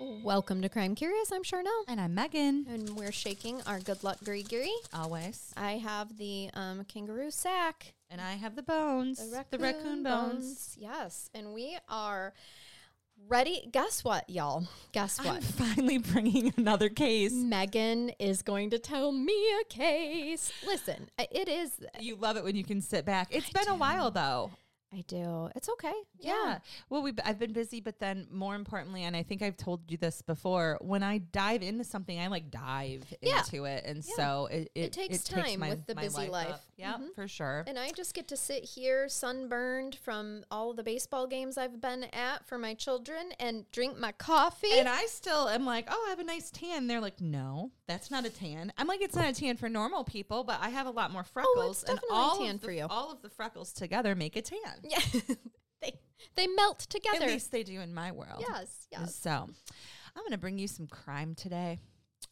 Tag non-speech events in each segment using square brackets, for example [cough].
Welcome to Crime Curious. I'm Charnel. And I'm Megan. And we're shaking our good luck gree Always. I have the um, kangaroo sack. And I have the bones. Yes. And we are ready. Guess what, y'all? Guess I'm [laughs] what? finally bringing another case. Megan is going to tell me a case. Listen, I- it is. You love it when you can sit back. It's been a while though. I do. It's okay. Yeah. Well, we I've been busy, but then more importantly, and I think I've told you this before, when I dive into something, I like dive Yeah. into it, and Yeah. so it, it, takes time with the busy life. Mm-hmm. Yeah, for sure. And I just get to sit here sunburned from all the baseball games I've been at for my children and drink my coffee. And I still am like, oh, I have a nice tan. They're like, no, that's not a tan. I'm like, it's not a tan for normal people, but I have a lot more freckles. Oh, it's definitely a all of tan the- for you. All of the freckles together make a tan. [laughs] yeah. they they melt At together. least they do in my world. Yes, yes. So I'm going to bring you some crime today.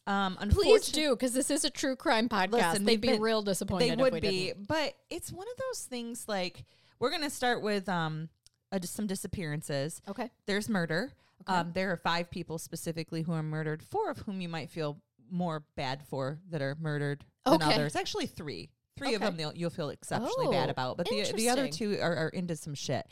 Um, Please unfortunately- do, because this is a true crime podcast. Listen, They'd we've be been- real disappointed. They if would we be, Didn't. but it's one of those things. Like we're gonna start with um uh, just some disappearances. Okay. There's murder. Um, there are five people specifically who are murdered. Four of whom you might feel more bad for that are murdered than Okay. others. Actually, three. Three of Okay. them they'll- you'll feel exceptionally bad Oh, about, but the the other interesting. two are, are into some shit.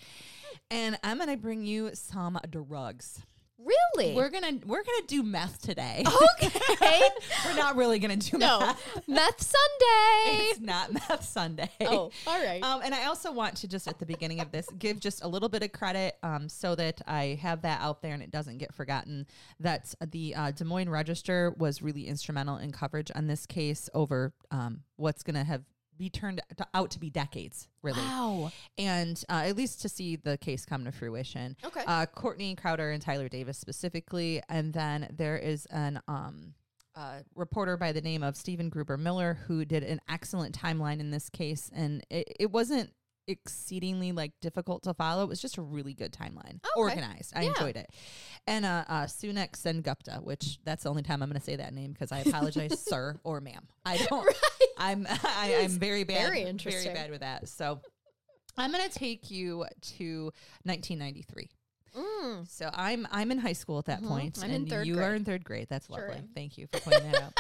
And I'm gonna bring you some drugs. Really? [laughs] We're gonna we're gonna do meth today. okay. [laughs] we're not really gonna Oh. do [laughs] no. meth. Meth Sunday. It's not meth Sunday. Oh, all right. Um, and I also want to just at the beginning of this give just a little bit of credit um, so that I have that out there and it doesn't get forgotten. That the uh, Des Moines Register was really instrumental in coverage on this case over um, what's going to have be turned to- out to be decades, [gasps] really. Wow. And uh, at least to see the case come to fruition. Okay. Uh, Courtney Crowder and Tyler Davis specifically. And then there is an. Um, uh, reporter by the name of Stephen Gruber Miller, who did an excellent timeline in this case, and it, it wasn't exceedingly like difficult to follow. It was just a really good timeline, organized. I Oh, Yeah. enjoyed it. And uh, uh, Sunak Sengupta, which that's the only time I'm going to say that name because I [laughs] apologize, sir or ma'am. I don't. I'm [laughs] I, I'm very bad, very interesting. very bad with that. So I'm going to take you to 1993. Mm. So I'm I'm in high school at that Mhm. point, I'm in and third you are grade. in third grade. That's Sure lovely. am. Thank you for pointing that [laughs] out.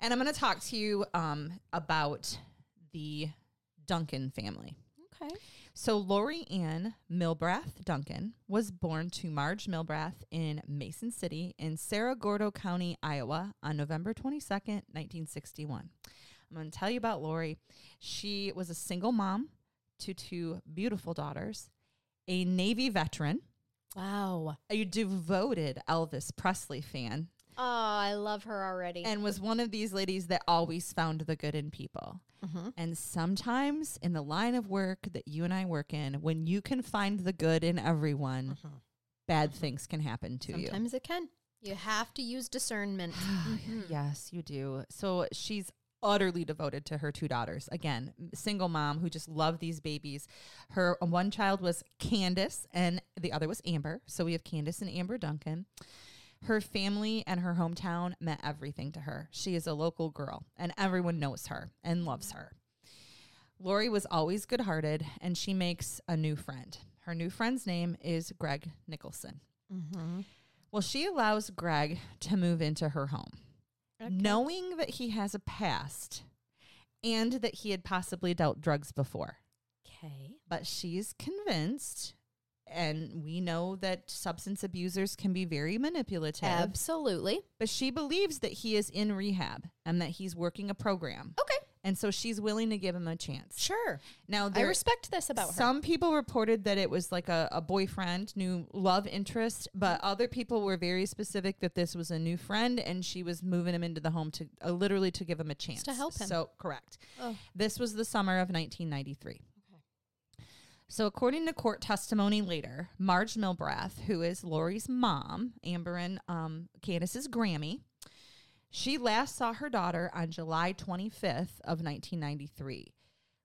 And I'm going to talk to you um, about the Duncan family. Okay. So Lori Ann Milbrath Duncan was born to Marge Milbrath in Mason City in Sarah Gordo County, Iowa, on November 22nd, 1961. I'm going to tell you about Lori. She was a single mom to two beautiful daughters, a Navy veteran Wow. a devoted Elvis Presley fan Oh, I love her already. and was one of these ladies that always found the good in people. Mhm. And sometimes in the line of work that you and I work in, when you can find the good in everyone, bad things can happen to you. Sometimes it can. You have to use discernment. [gasps] Mhm. Yes, you do. So she's utterly devoted to her two daughters. Again, m- single mom who just loved these babies. Her uh, one child was Candace and the other was Amber. So we have Candace and Amber Duncan. Her family and her hometown meant everything to her. She is a local girl and everyone knows her and loves her. Lori was always good hearted and she makes a new friend. Her new friend's name is Greg Nicholson. Well, she allows Greg to move into her home knowing that he has a past and that he had possibly dealt drugs before. Okay. But she's convinced, and we know that substance abusers can be very manipulative, Absolutely. but she believes that he is in rehab and that he's working a program. Okay. And so she's willing to give him a chance. Sure. Now, I there, respect this about her. some people reported that it was like a, a boyfriend, new love interest, but other people were very specific that this was a new friend and she was moving him into the home to uh, literally to give him a chance. help him. So, correct. Oh. This was the summer of 1993. So, according to court testimony later, Marge Milbrath, who is Lori's mom, Amber and um, Candace's Grammy, she last saw her daughter on July 25th of 1993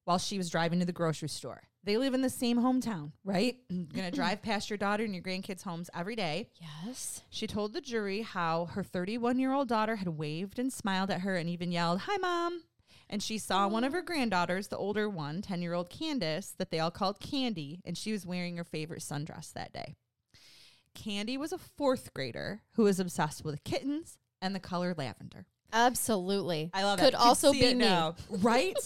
while she was driving to the grocery store. They live in the same hometown, right? [clears throat] Gonna drive past your daughter and your grandkids' homes every day. Yes. She told the jury how her 31 year old daughter had waved and smiled at her and even yelled, Hi, mom. And she saw one of her granddaughters, the older one, 10 year old Candace, that they all called Candy, and she was wearing her favorite sundress that day. Candy was a fourth grader who was obsessed with kittens and the color lavender. Absolutely. I love it. Could You also see be it me. now, right?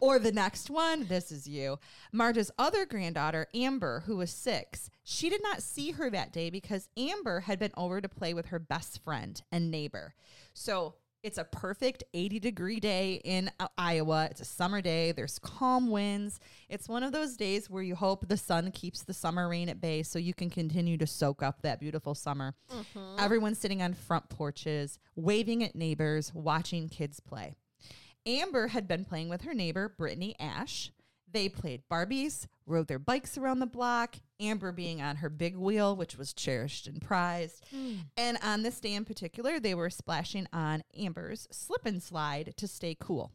or the next one, this is you. Marta's other granddaughter, Amber, who was six, she did not see her that day because Amber had been over to play with her best friend and neighbor. So it's a perfect 80 degree day in uh, Iowa. It's a summer day. There's calm winds. It's one of those days where you hope the sun keeps the summer rain at bay so you can continue to soak up that beautiful summer. Everyone's sitting on front porches, waving at neighbors, watching kids play. Amber had been playing with her neighbor, Brittany Ash. They played Barbies, rode their bikes around the block, Amber being on her big wheel, which was cherished and prized. Hmm. And on this day in particular, they were splashing on Amber's slip and slide to stay cool.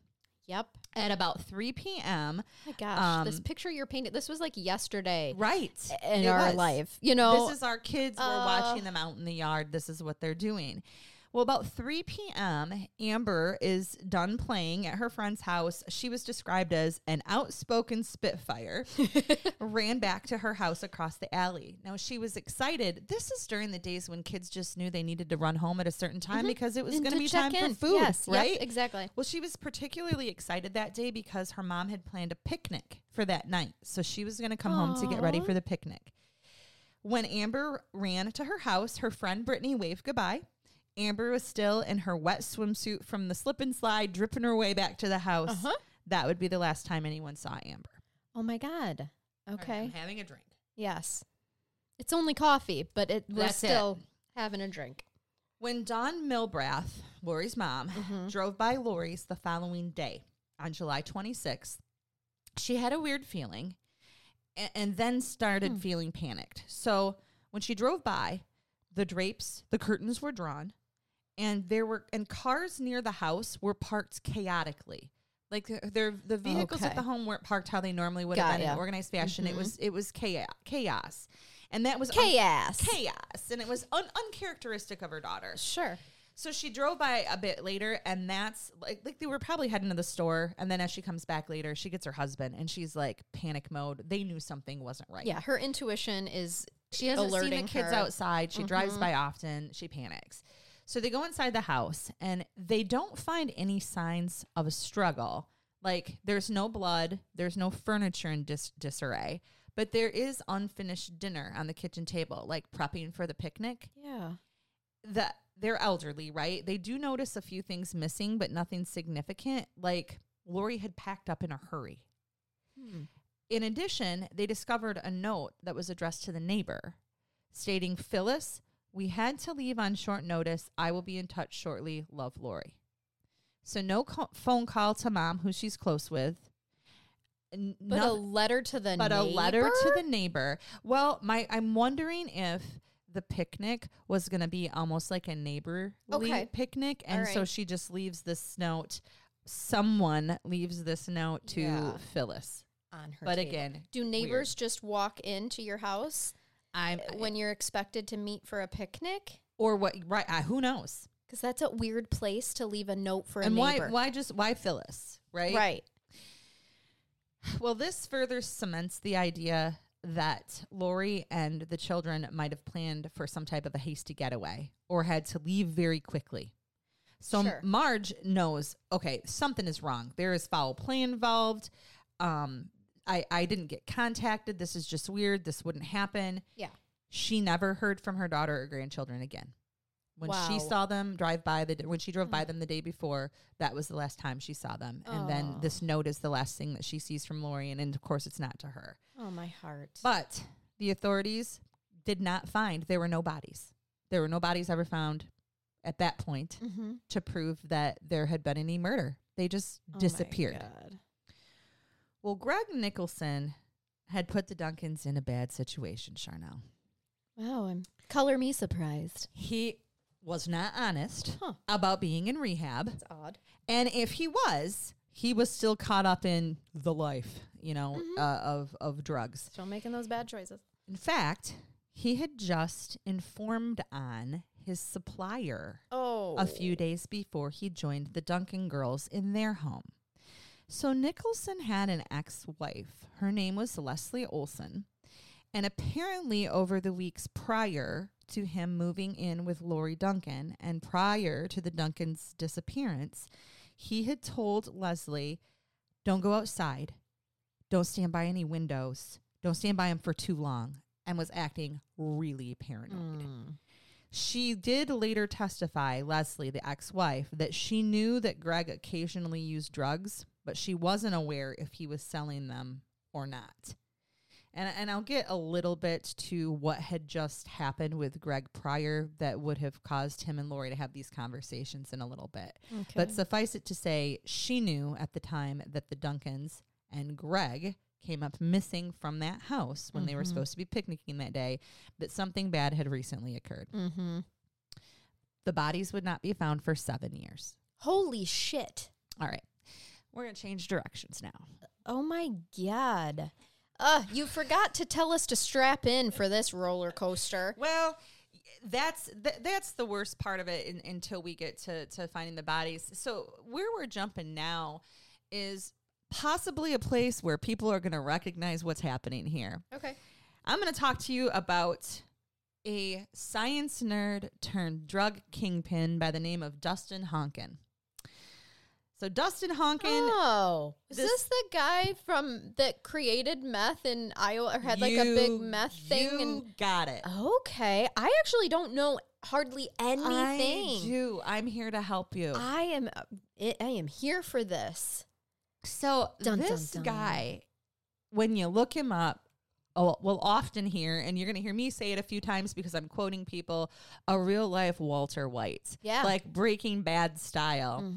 Yep. Oh At about 3 p.m., my gosh. this Um, picture you're painting, this was like yesterday right in it our was. life. You know, This is our kids. Uh, We're watching them out in the yard. This is what they're doing. Well, about 3 p.m., Amber is done playing at her friend's house. She was described as an [laughs] outspoken Spitfire, ran back to her house across the alley. Now, she was excited. This is during the days when kids just knew they needed to run home at a certain time because it was Mm-hmm. and going to be check time in. for food, Yes, yep, right? exactly. Well, she was particularly excited that day because her mom had planned a picnic for that night. So she was going to come home to get ready Aw. for the picnic. When Amber ran to her house, her friend Brittany waved goodbye. Amber was still in her wet swimsuit from the slip and slide, dripping her way back to the house. Uh-huh. That would be the last time anyone saw Amber. Oh my God. Okay. having a drink. Yes. It's only coffee, but it we're That's it. still having a drink. When Don Milbrath, Lori's mom, Mm-hmm. drove by Lori's the following day on July 26th, she had a weird feeling and, and then started Hmm. feeling panicked. So when she drove by, the drapes, the curtains were drawn, and there were and cars near the house were parked chaotically. Like their- their the vehicles Okay. at the home weren't parked how they normally would Got have been in ya. Mm-hmm. an organized fashion. It was it was chaos, chaos, and that was un- Chaos. chaos, and it was un- uncharacteristic of her daughter. Sure. So she drove by a bit later, and that's like like they were probably heading to the store. And then as she comes back later, she gets her husband, and she's like panic mode. They knew something wasn't right. Yeah, her intuition is she hasn't seen the Mm-hmm. alerting kids her. outside. She drives by often. She panics. So they go inside the house, and they don't find any signs of a struggle. Like there's no blood, there's no furniture in dis- disarray, but there is unfinished dinner on the kitchen table, like prepping for the picnic yeah. the they're elderly, right? They do notice a few things missing, but nothing significant. Like Lori had packed up in a hurry. Hmm. In addition, they discovered a note that was addressed to the neighbor stating, Phyllis, we had to leave on short notice. I will be in touch shortly. Love Lori. So, no co- phone call to mom, who she's close with. N- But a noth- letter to the but a letter to neighbor? the neighbor. Well, my I'm wondering if the picnic was going to be almost like a neighborly Okay. picnic, and so right. she just leaves this note. Someone leaves this note to Yeah. Phyllis, on her. but table. again, do neighbors just walk into your house uh, I'm when you're expected to meet for a picnic? or what? Right? Uh, who knows? Because that's a weird place to leave a note for a and why? neighbor. Why just why Phyllis? Right? Right. Well, this further cements the idea that Lori and the children might have planned for some type of a hasty getaway or had to leave very quickly. So Sure. Marge knows, okay, something is wrong. There is foul play involved. Um, I, I didn't get contacted. This is just weird. This wouldn't happen. Yeah. She never heard from her daughter or grandchildren again. When she Wow. saw them drive by the d- when she drove by them the day before, that was the last time she saw them. And then Oh. this note is the last thing that she sees from Lorian, and of course it's not to her. Oh, my heart. But the authorities did not find there were no bodies. There were no bodies ever found at that point mm-hmm. to prove that there had been any murder. They just Oh disappeared. Well, Greg Nicholson had put the Duncans in a bad situation, Charnel. Wow. I'm, color me surprised. He was not honest Huh. about being in rehab. It's odd. And if he was, he was still caught up in the life, you know, Mhm. uh, of, of drugs. Still making those bad choices. In fact, he had just informed on his supplier Oh. a few days before he joined the Duncan girls in their home. So Nicholson had an ex-wife. Her name was Leslie Olson. And apparently over the weeks prior to him moving in with Lori Duncan and prior to the Duncan's disappearance, he had told Leslie, "Don't go outside. Don't stand by any windows. Don't stand by him for too long." And was acting really paranoid. Hmm. She did later testify, Leslie, the ex wife, that she knew that Greg occasionally used drugs, but she wasn't aware if he was selling them or not. And, and I'll get a little bit to what had just happened with Greg prior that would have caused him and Lori to have these conversations in a little bit. Okay. But suffice it to say, she knew at the time that the Duncans and Greg came up missing from that house when they were Mhm. supposed to be picnicking that day, that something bad had recently occurred. mm-hmm. The bodies would not be found for seven years. Holy shit. All right. We're going to change directions now. Oh my god. Uh, you forgot to tell us to strap in for this roller coaster. Well, y- that's th- that's the worst part of it in, until we get to, to finding the bodies. So where we're jumping now is possibly a place where people are going to recognize what's happening here. Okay. I'm going to talk to you about a science nerd turned drug kingpin by the name of Dustin Honkin. So Dustin Honkin Oh, is this- this, the guy from that created meth in Iowa or had like a big You- meth thing? You And got it. okay, I actually don't know hardly I anything. Ah, do. I'm here to help you. I, am, it, I am here for this. so Dun, dun, this dun. guy, when you look him up, oh, we'll often hear, and you're going to hear me say it a few times because I'm quoting people, a real life Walter White. Yeah. Mm-hmm. Like Breaking Bad style.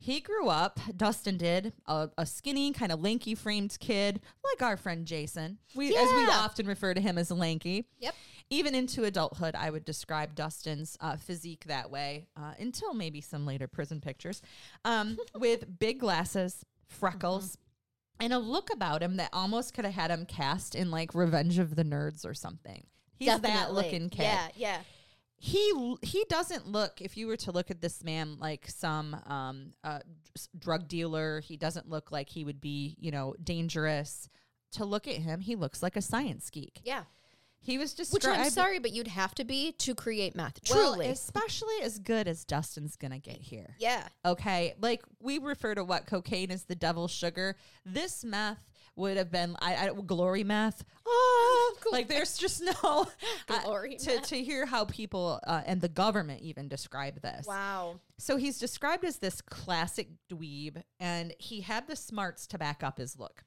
He grew up, Dustin did, a, a skinny, kind of lanky framed kid, like our friend Jason. We, As we Yeah. often refer to him as lanky. Yep. Even into adulthood, I would describe Dustin's uh, physique that way uh, until maybe some later prison pictures um, [laughs] with big glasses, freckles. Mm-hmm. And a look about him that almost could have had him cast in like Revenge of the Nerds or something. He's that Definitely. looking kid Yeah, yeah. he l- he doesn't look if you were to look at this man like some um uh, s- drug dealer he doesn't look like he would be you know dangerous to look at him he looks like a science geek Yeah. he was Which described I'm sorry, but you'd have to be to create math. well, Truly. especially as good as dustin's gonna get here yeah. okay like we refer to what cocaine is the devil's sugar this meth would have been I, I glory meth [laughs] oh like there's just no I- Glory to, to hear how people uh, and the government even describe this Wow. so he's described as this classic dweeb, and he had the smarts to back up his look.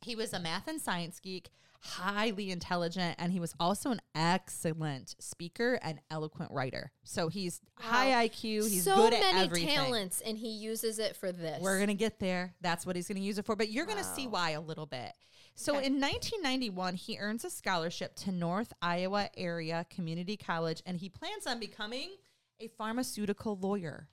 He was a math and science geek, highly intelligent, and he was also an excellent speaker and eloquent writer. So he's high IQ. He's so good at many everything. talents, and he uses it for this. We're going to get there. That's what he's going to use it for. But you're going to see why a little bit. So Okay. in 1991, he earns a scholarship to North Iowa Area Community College, and he plans on becoming a pharmaceutical lawyer.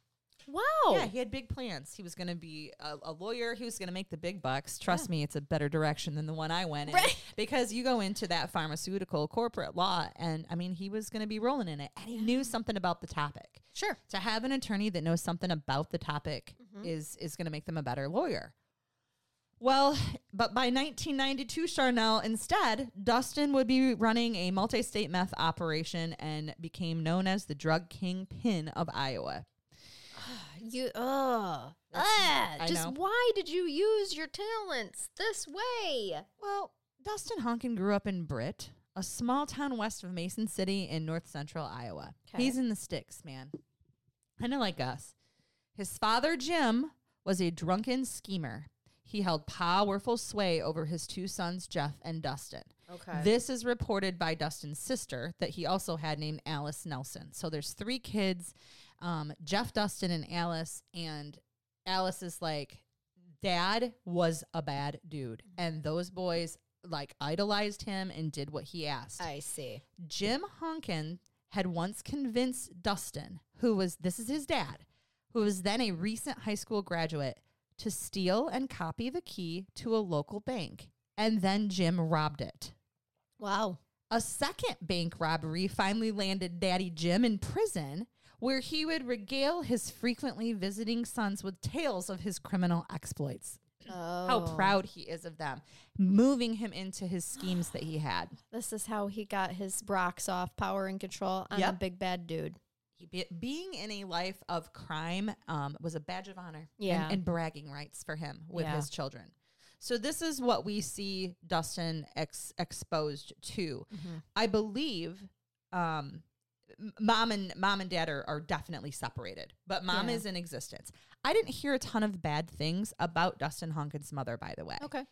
wow. Yeah, he had big plans. He was going to be a, a lawyer. He was going to make the big bucks. Trust me, it's a better direction than the one I went in Right. [laughs] because you go into that pharmaceutical corporate law, and I mean, he was going to be rolling in it, and he knew something about the topic. Sure. To have an attorney that knows something about the topic is is going to make them a better lawyer. Well, but by 1992, Charnel, instead, Dustin would be running a multi state meth operation and became known as the drug kingpin of Iowa. You oh ah, I just know. why did you use your talents this way? Well, Dustin Honkin grew up in Britt, a a small town west of Mason City in north central Iowa. 'Kay. He's in the sticks, man. Kind of like us. His father, Jim, was a drunken schemer. He held powerful sway over his two sons, Jeff and Dustin. Okay. This is reported by Dustin's sister that he also had named Alice Nelson. So there's three kids, um, Jeff, Dustin, and Alice. And Alice is like, Dad was a bad dude. And those boys like idolized him and did what he asked. I see. Jim Honkin had once convinced Dustin, who was this is his dad, who was then a recent high school graduate, to steal and copy the key to a local bank. And then Jim robbed it. Wow. A second bank robbery finally landed Daddy Jim in prison, where he would regale his frequently visiting sons with tales of his criminal exploits. Oh. How proud he is of them, moving him into his schemes that he had. This is how he got his rocks off power and control on the Yep. big bad dude. He be, being in a life of crime um, was a badge of honor and- Yeah. and, bragging rights for him with Yeah. his children. So this is what we see Dustin ex- exposed to. Mm-hmm. I believe um, m- mom and mom and dad are, are definitely separated, but mom Yeah. is in existence. I didn't hear a ton of bad things about Dustin Honkin's mother, by the way. Okay.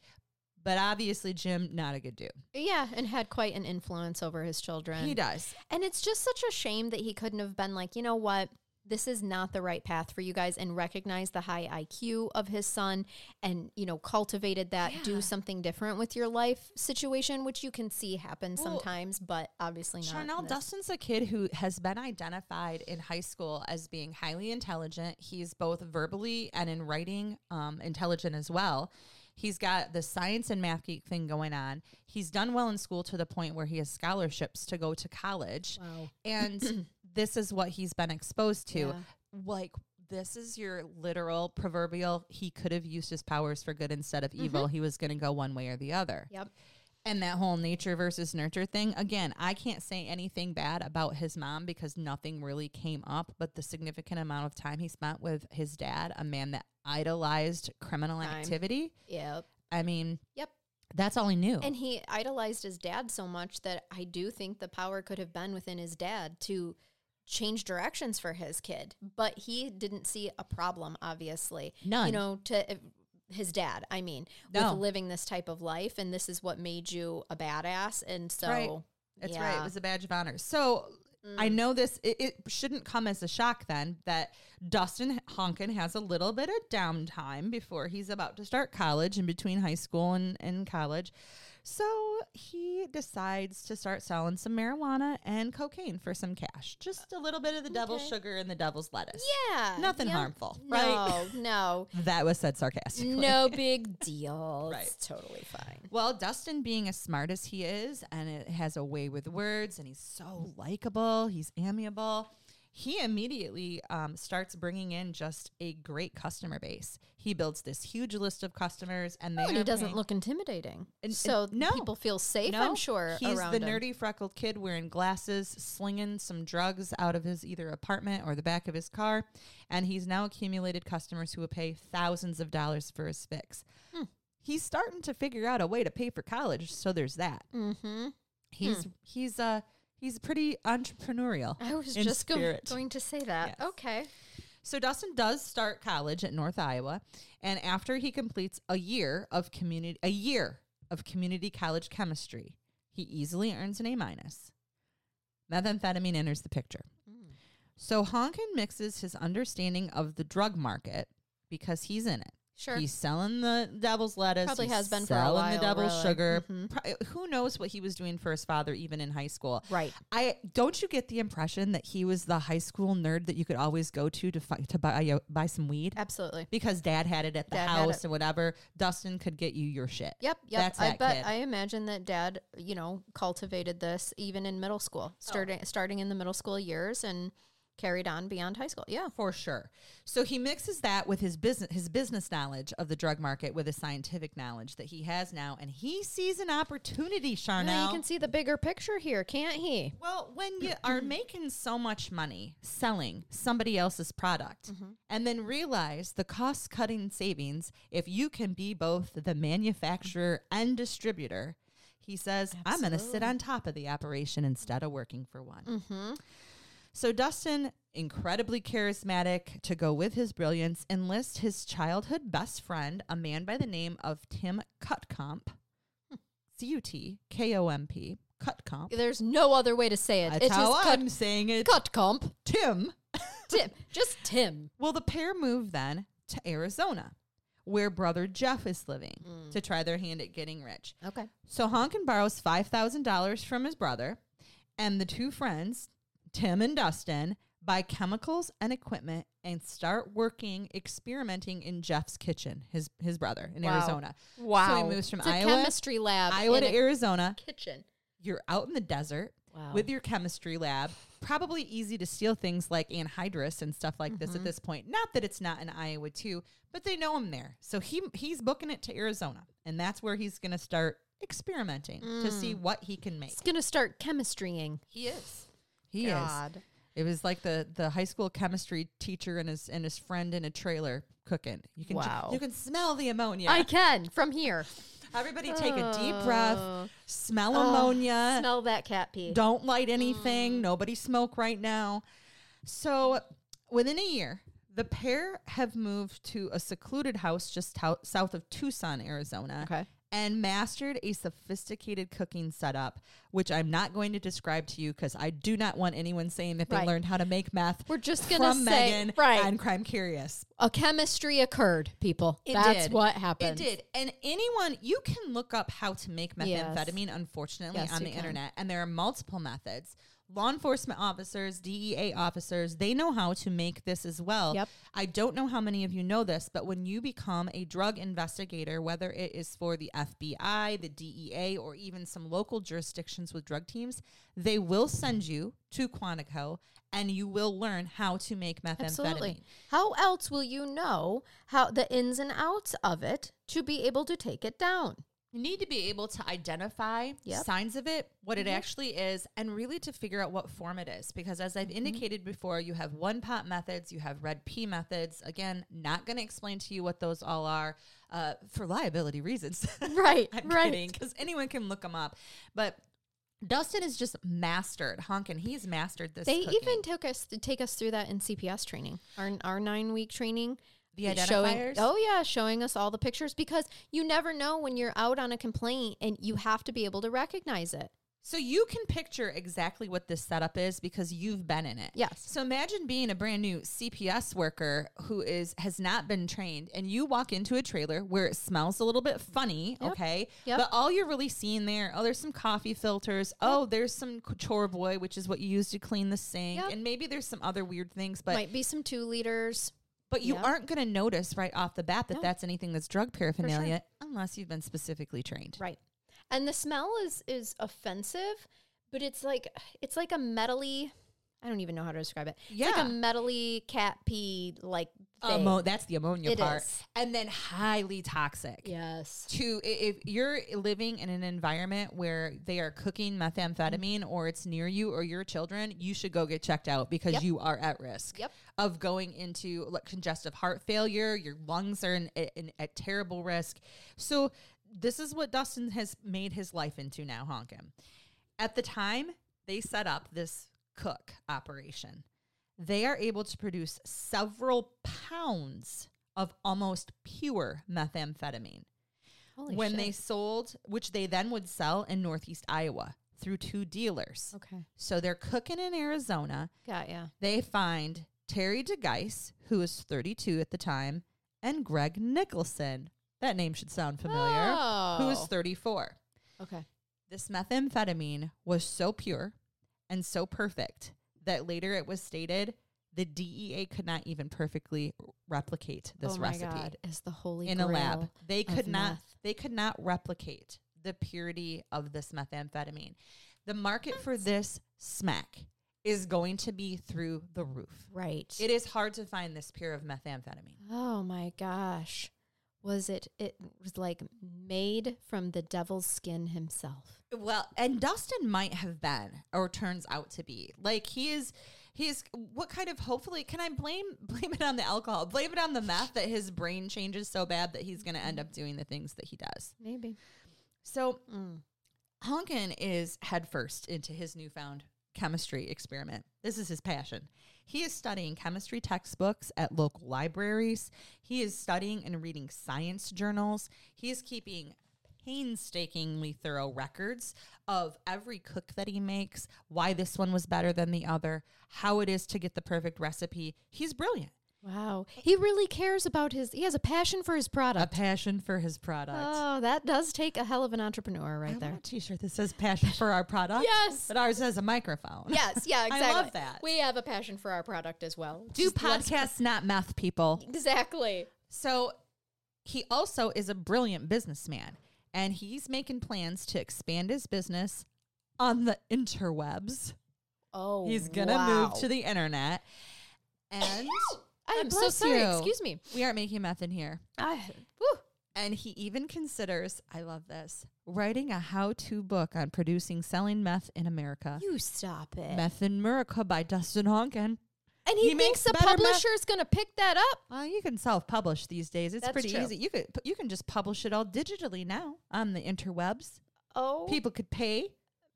But obviously, Jim not a good dude. Yeah, and had quite an influence over his children. He does. And it's just such a shame that he couldn't have been like, you know what? This is not the right path for you guys and recognize the high IQ of his son and, you know, cultivated that do Yeah. something different with your life situation, which you can see happen Well, sometimes, but obviously not. Charnel in this. Dustin's a kid who has been identified in high school as being highly intelligent. He's both verbally and in writing um, intelligent as well. He's got the science and math geek thing going on. He's done well in school to the point where he has scholarships to go to college. Wow. [clears throat] And this is what he's been exposed to. Yeah. Like, this is your literal proverbial, he could have used his powers for good instead Mm-hmm. of evil. He was going to go one way or the other. Yep. And that whole nature versus nurture thing, again, I can't say anything bad about his mom because nothing really came up, but the significant amount of time he spent with his dad, a man that idolized criminal Time. activity, Yep. I mean, Yep. that's all he knew. And he idolized his dad so much that I do think the power could have been within his dad to change directions for his kid. But he didn't see a problem, obviously. None. You know, to uh, his dad, I mean, No. with living this type of life. And this is what made you a badass. And so, right. That's right. yeah. Mm. It was a badge of honor. So I know this, it, it shouldn't come as a shock then that Dustin Honkin has a little bit of downtime before he's about to start college and between high school and, and college. So he decides to start selling some marijuana and cocaine for some cash. Just a little bit of the devil's Okay. sugar and the devil's lettuce. yeah. Nothing yeah. harmful, right? No, [laughs] no. That was said sarcastically. No big deal. [laughs] Right. It's totally fine. [laughs] Well, Dustin, being as smart as he is and it has a way with words, and he's so likable, he's amiable. He immediately um, starts bringing in just a great customer base. He builds this huge list of customers, and they And he are doesn't paying- look intimidating. And- so and- no. people feel safe, No, I'm sure. he's around the him. nerdy freckled kid wearing glasses, slinging some drugs out of his either apartment or the back of his car, and he's now accumulated customers who will pay thousands of dollars for his fix. Hmm. He's starting to figure out a way to pay for college, so there's that. Mm-hmm. He's he's uh he's pretty entrepreneurial. I was in just go- spirit. going to say that. Yes. Okay. So Dustin does start college at North Iowa, and after he completes a year of community a year of community college chemistry, he easily earns an A minus. Methamphetamine enters the picture. So Honkin mixes his understanding of the drug market because he's in it. Sure. He's selling the devil's lettuce. Probably he's has been for a selling while, the devil's really. Mm-hmm. sugar. Pro- who knows what he was doing for his father, even in high school? right. I don't you get the impression that he was the high school nerd that you could always go to to fi- to buy a- buy some weed Absolutely. because dad had it at the Dad had house it. and whatever. Dustin could get you your shit. Yep. Yep. That's I that bet kid. I imagine that dad, you know, cultivated this even in middle school, starting starting in the middle school years and carried on beyond high school. Yeah. for sure. So he mixes that with his business his business knowledge of the drug market with his scientific knowledge that he has now, and he sees an opportunity. Charnel, Now you can see the bigger picture here, can't he? Well, when you [clears throat] are making so much money selling somebody else's product Mm-hmm. and then realize the cost cutting savings if you can be both the manufacturer and distributor, He says, I'm going to sit Absolutely. on top of the operation instead of working for one. Mm-hmm. So Dustin, incredibly charismatic to go with his brilliance, enlists his childhood best friend, a man by the name of Tim Cutcomp. Hmm. C U T K O M P. Cutcomp. There's no other way to say it. That's it's how just I'm cut, saying it. cut comp. Tim. Tim. Just Tim. Well, the pair move then to Arizona, where brother Jeff is living, Mm. to try their hand at getting rich. Okay. So Honkin borrows $5,000 from his brother, and the two friends, Tim and Dustin, buy chemicals and equipment and start working, experimenting in Jeff's kitchen, his, his brother in Wow. Arizona. Wow. So he moves from it's a Iowa, chemistry lab. Iowa in to a Arizona. kitchen. You're out in the desert Wow. with your chemistry lab. Probably easy to steal things like anhydrous and stuff like Mm-hmm. this at this point. Not that it's not in Iowa too, but they know him there. So he he's booking it to Arizona, and that's where he's going to start experimenting to see Mm. what he can make. He's gonna start chemistrying. He is. He is. God. It was like the the high school chemistry teacher and his and his friend in a trailer cooking. You can ju- Wow. you can smell the ammonia. I can from [laughs] here. Everybody take a deep Oh. breath, smell ammonia. Smell that cat pee. Don't light Mm. anything. Nobody smoke right now. So within a year, the pair have moved to a secluded house just hou- south of Tucson, Arizona. Okay. And mastered a sophisticated cooking setup, which I'm not going to describe to you because I do not want anyone saying that they Right. learned how to make meth. We're just gonna say- Megan right. and Crime Curious. A chemistry occurred, people. It That's did. what happened. It did. And anyone, you can look up how to make Yes. methamphetamine, unfortunately, Yes, on you the can. internet. And there are multiple methods. Law enforcement officers, DEA officers, they know how to make this as well. Yep. I don't know how many of you know this, but when you become a drug investigator, whether it is for the FBI, the DEA, or even some local jurisdictions with drug teams, they will send you to Quantico and you will learn how to make methamphetamine. Absolutely. How else will you know how the ins and outs of it to be able to take it down? You need to be able to identify Yep. Mm-hmm. signs of it, what it actually is, and really to figure out what form it is. Because as Mm-hmm. I've indicated before, you have one pot methods, you have red P methods. Again, not going to explain to you what those all are uh, for liability reasons. [laughs] Right. I'm right. because anyone can look them up. But Dustin is just mastered, honkin'. He's mastered this. They cooking. even took us take us through that in CPS training, our our nine week training. the Showing, identifiers. oh yeah, showing us all the pictures because you never know when you're out on a complaint and you have to be able to recognize it. So you can picture exactly what this setup is because you've been in it. Yes. So imagine being a brand new CPS worker who is has not been trained and you walk into a trailer where it smells a little bit funny, Yep. okay? Yep. But all you're really seeing there, oh there's some coffee filters, oh there's some c- chore boy which is what you use to clean the sink Yep. and maybe there's some other weird things but Might be some two liters. but you Yeah. aren't going to notice right off the bat that No. that's anything that's drug paraphernalia unless you've been specifically trained. Right. And the smell is is offensive, but it's like it's like a metally I don't even know how to describe it. It's Yeah. like a metally cat pee like thing. Ammo- that's the ammonia It part. is. And then highly toxic. yes. to i- if you're living in an environment where they are cooking methamphetamine or it's near you or your children, you should go get checked out because Yep. you are at risk Yep. of going into like congestive heart failure. Your lungs are in, in, at terrible risk. So this is what Dustin has made his life into now, Honkin. At the time they set up this cook operation, they are able to produce several pounds of almost pure methamphetamine Holy when shit. they sold, which they then would sell in Northeast Iowa through two dealers. Okay. So they're cooking in Arizona. Got yeah. They find Terry DeGeis, who was 32 at the time, and Greg Nicholson. That name should sound familiar. Who was Oh. 34. Okay. This methamphetamine was so pure and so perfect that later it was stated the DEA could not even perfectly replicate this oh recipe my god, is the holy in a lab. grail They of could not meth. they could not replicate the purity of this methamphetamine. The market for this smack is going to be through the roof. Right. It is hard to find this pure of methamphetamine. oh my gosh. Was it it was like made from the devil's skin himself. Well, and Dustin might have been or turns out to be. Like he is he is what kind of hopefully can I blame [laughs] blame it on the alcohol? Blame it on the meth that his brain changes so bad that he's going to end up doing the things that he does. Maybe. So Mm. Honkin is headfirst into his newfound chemistry experiment. This is his passion. He is studying chemistry textbooks at local libraries. He is studying and reading science journals. He is keeping painstakingly thorough records of every cook that he makes, why this one was better than the other, how it is to get the perfect recipe. He's brilliant. Wow. He really cares about his, he has a passion for his A product. passion for his product. Oh, that does take a hell of an entrepreneur I right there. want a t-shirt that says passion for our product. Yes. But ours has a microphone. Yes, [laughs] yeah, [laughs] I love exactly. that. We have a passion for our product as well. Do Just less- podcasts, not meth people. [laughs] Exactly. So he also is a brilliant businessman and he's making plans to expand his business on the interwebs. Oh, He's going to wow. move to the internet. [coughs] And I, I'm am so so sorry. sorry. Excuse me. we aren't making meth in here. I, whew. And he even considers, I love this, writing a how to book on producing selling meth in America. You stop it. Meth in America by Dustin Honkin. And he, He thinks makes the better meth- publisher's going to pick that up. Well, you can self-publish these days. It's That's pretty true. easy. You could you can just publish it all digitally now on the interwebs. Oh, People could pay,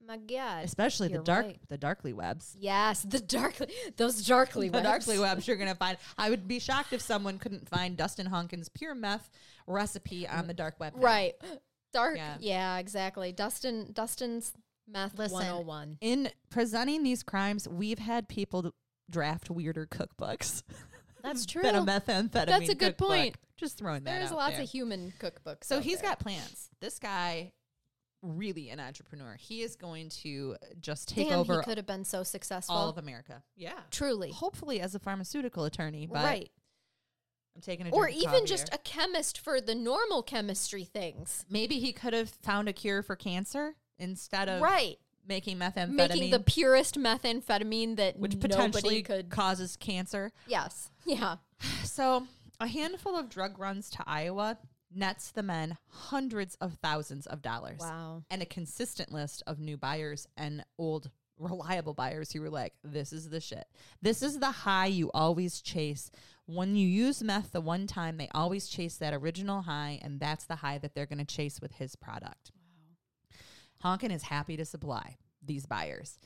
my God. especially You're the dark right. the darkly webs. Yes, the darkly, those darkly The webs. darkly webs you're [laughs] gonna find. I would be shocked if someone couldn't find Dustin Honkin's pure meth recipe on the dark web. now. Right. Dark. Yeah. Yeah. exactly. Dustin, Dustin's Math Listen. 101. In presenting these crimes, we've had people th- draft weirder cookbooks [laughs] That's true. than a methamphetamine. That's a good cookbook. point. Just throwing that. There's out lots there. of human cookbooks. So out he's there. got plans. This guy really an entrepreneur. He is going to just take Damn, over He could have been so successful. all of America. Yeah. Truly. Hopefully as a pharmaceutical attorney, but Right. I'm taking a Or drink of even coffee just here. a chemist for the normal chemistry things. maybe he could have found a cure for cancer instead of Right. making methamphetamine Making the purest methamphetamine that which nobody potentially could. causes cancer. yes. Yeah. So, a handful of drug runs to Iowa nets the men hundreds of thousands of dollars. Wow. and a consistent list of new buyers and old reliable buyers who were like, this is the shit. This is the high you always chase. When you use meth the one time, they always chase that original high, and that's the high that they're going to chase with his product. Honkin is happy to supply these buyers.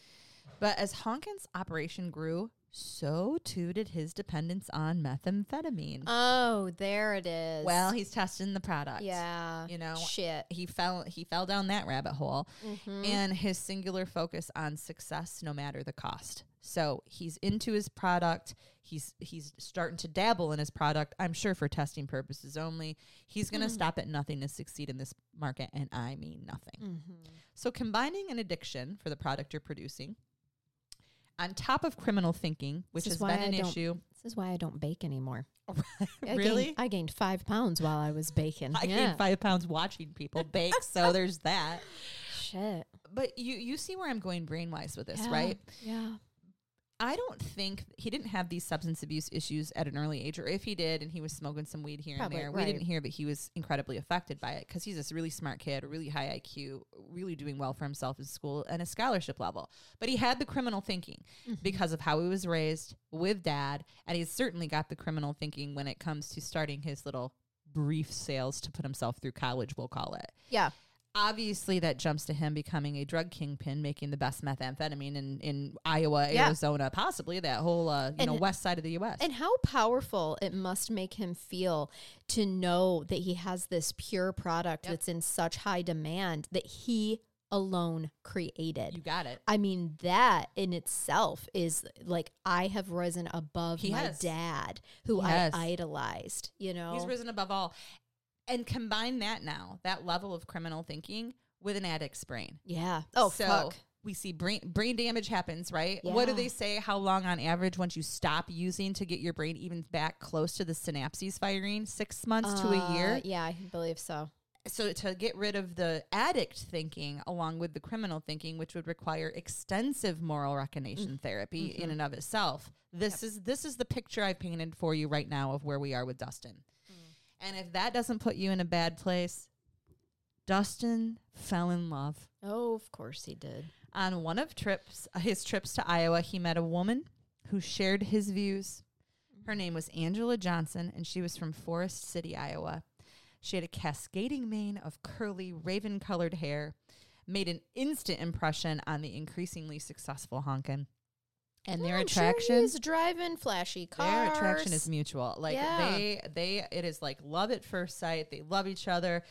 But as Honkin's operation grew, so too did his dependence on methamphetamine. Oh, there it is. well, he's testing the product. yeah. you know, shit. he fell he fell down that rabbit hole Mm-hmm. and his singular focus on success no matter the cost so he's into his product he's he's starting to dabble in his product i'm sure for testing purposes only he's going to Mm-hmm. stop at nothing to succeed in this market and i mean nothing Mm. Mm-hmm. so combining an addiction for the product you're producing on top of criminal thinking which This is has been why I an don't- [laughs] issue This is why I don't bake anymore. I [laughs] really Gained, I gained five pounds while I was baking. I gained five pounds watching people bake, so there's that. Shit. But you you see where I'm going brainwise with this, Yeah. right? Yeah. I don't think he didn't have these substance abuse issues at an early age, or if he did, and he was smoking some weed here Probably, and there, right. we didn't hear that he was incredibly affected by it because he's this really smart kid, a really high IQ, really doing well for himself in school and a scholarship level. But he had the criminal thinking Mm-hmm. because of how he was raised with dad, and he's certainly got the criminal thinking when it comes to starting his little brief sales to put himself through college. We'll call it Yeah. obviously that jumps to him becoming a drug kingpin making the best methamphetamine in, in iowa Yeah. arizona possibly that whole uh, you know And- west side of the us And how powerful it must make him feel to know that he has this pure product that's in such high demand that he alone created. you got it I mean, that in itself is like I have risen above He my has. dad, who He has. I idolized. You know, he's risen above all and combine that now that level of criminal thinking with an addict's brain yeah. Oh so fuck, we see brain brain damage happens right what do Yeah. they say how long on average once you stop using to get your brain even back close to the synapses firing six months to a year Uh, Yeah, I believe so. so to get rid of the addict thinking along with the criminal thinking which would require extensive moral recognition therapy in and of itself this is this is the picture i've painted for you right now of where we are with dustin and if that doesn't put you in a bad place dustin fell in love Oh, of course he did. on one of trips uh, his trips to iowa he met a woman who shared his views her name was angela johnson and she was from forest city iowa she had a cascading mane of curly raven colored hair made an instant impression on the increasingly successful Honkin. And their I'm sure attraction he's Oh, driving flashy cars. their attraction is mutual. Like Yeah. they they it is like love at first sight. They love each other.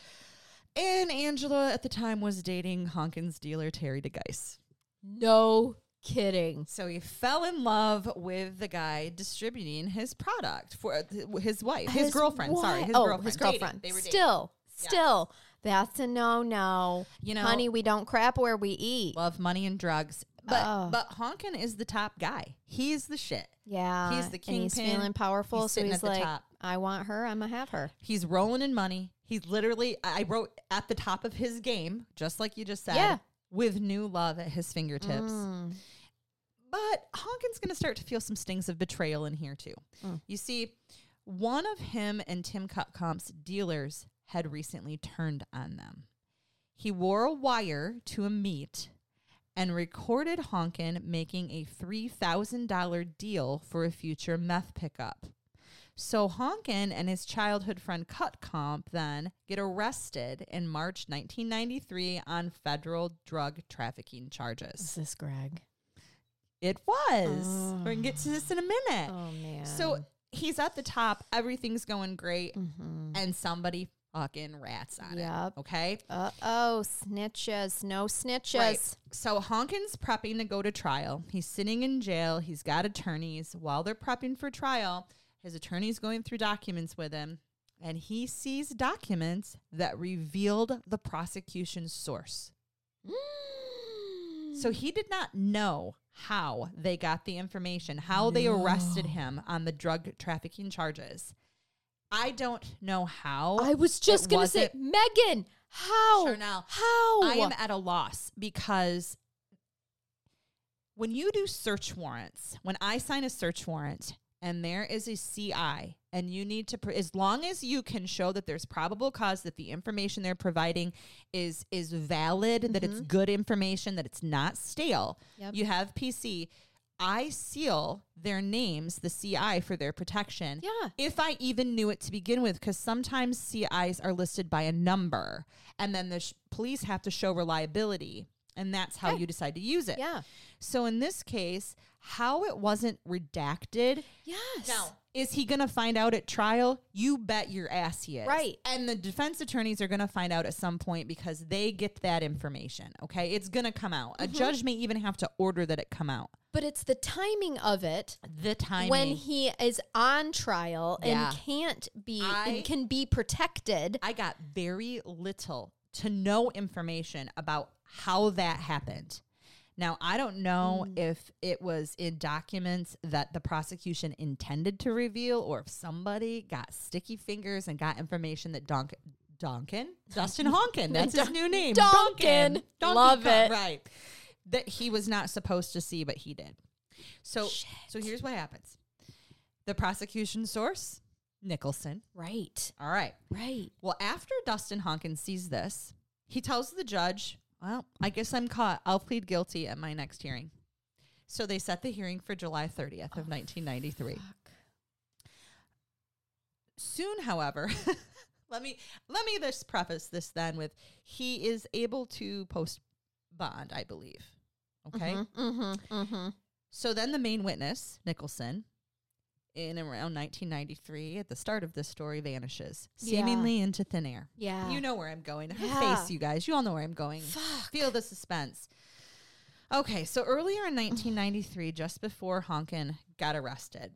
And Angela at the time was dating Honkin's dealer Terry DeGeis. no kidding. So he fell in love with the guy distributing his product for th- his wife, his, girlfriend. Sorry, wi- his oh, girlfriend. his Dating. girlfriend. They were dating. still, still, that's a no no. You know- honey, we don't crap where we eat. love money and drugs. But Oh. but Honkin is the top guy. He's the shit. yeah, he's the And he's kingpin. feeling powerful, He's so sitting he's at the like, top. I want her. I'm gonna have her. He's rolling in money. He's literally, I I wrote at the top of his game, just like you just said, Yeah. Mm. with new love at his fingertips. But Honkin's going to start to feel some stings of betrayal in here, too. You see, one of him and Tim Cutcomp's dealers had recently turned on them. He wore a wire to a meet and recorded Honkin making a $3,000 deal for a future meth pickup. So Honkin and his childhood friend Cutcomp then get arrested in March 1993 on federal drug trafficking charges. Is this Greg? It was. We're gonna get to this in a minute. Oh man. Uh, so he's at the top, everything's going great, Mm-hmm. and somebody fucking rats on Yep. it. Okay. Uh oh, snitches. No snitches. So Honkin's prepping to go to trial. He's sitting in jail. He's got attorneys. While they're prepping for trial, his attorney's going through documents with him, and he sees documents that revealed the prosecution's source. Mm. So he did not know how they got the information, how they arrested him on the drug trafficking charges. I don't know how. I was just It gonna say, wasn't- Megan, how? Sure now. How? I am at a loss because when you do search warrants, when I sign a search warrant and there is a CI and you need to pr- as long as you can show that there's probable cause that the information they're providing is is valid, that it's good information, that it's not stale. Mm-hmm. Yep. You have PC I seal their names, the CI, for their protection. Yeah. If I even knew it to begin with, because sometimes CIs are listed by a number and then the sh- police have to show reliability. And that's how Okay. you decide to use it. yeah. So in this case, how it wasn't redacted. Yes. Is he going to find out at trial? You bet your ass he is. Right. And the defense attorneys are going to find out at some point because they get that information. Okay. It's going to come out. Mm-hmm. A judge may even have to order that it come out. But it's the timing of it The timing. when he is on trial Yeah. and can't be I- and can be protected. I got very little to no information about how that happened. Now, I don't know Hmm. if it was in documents that the prosecution intended to reveal or if somebody got sticky fingers and got information that Donk Donkin, [laughs] Dustin Honkin, that's his new name. Donkin. Donkey Love Kong, it. Right. That he was not supposed to see, but he did. So so here's what happens. The prosecution source, Nicholson. right. All right. Right. Well, after Dustin Hawkins sees this, he tells the judge, Well, I guess I'm caught. I'll plead guilty at my next hearing. So they set the hearing for July 30th of 1993. Soon, however, [laughs] let me let me just preface this then with he is able to post bond, I believe. Okay. Mm-hmm. Mm-hmm. So then the main witness, Nicholson, in around 1993, at the start of this story, vanishes, Yeah. seemingly into thin air. Yeah. You know where I'm going. Her Yeah. face, you guys. You all know where I'm going. Fuck. Feel the suspense. Okay, so earlier [sighs] in 1993, just before Honkin got arrested,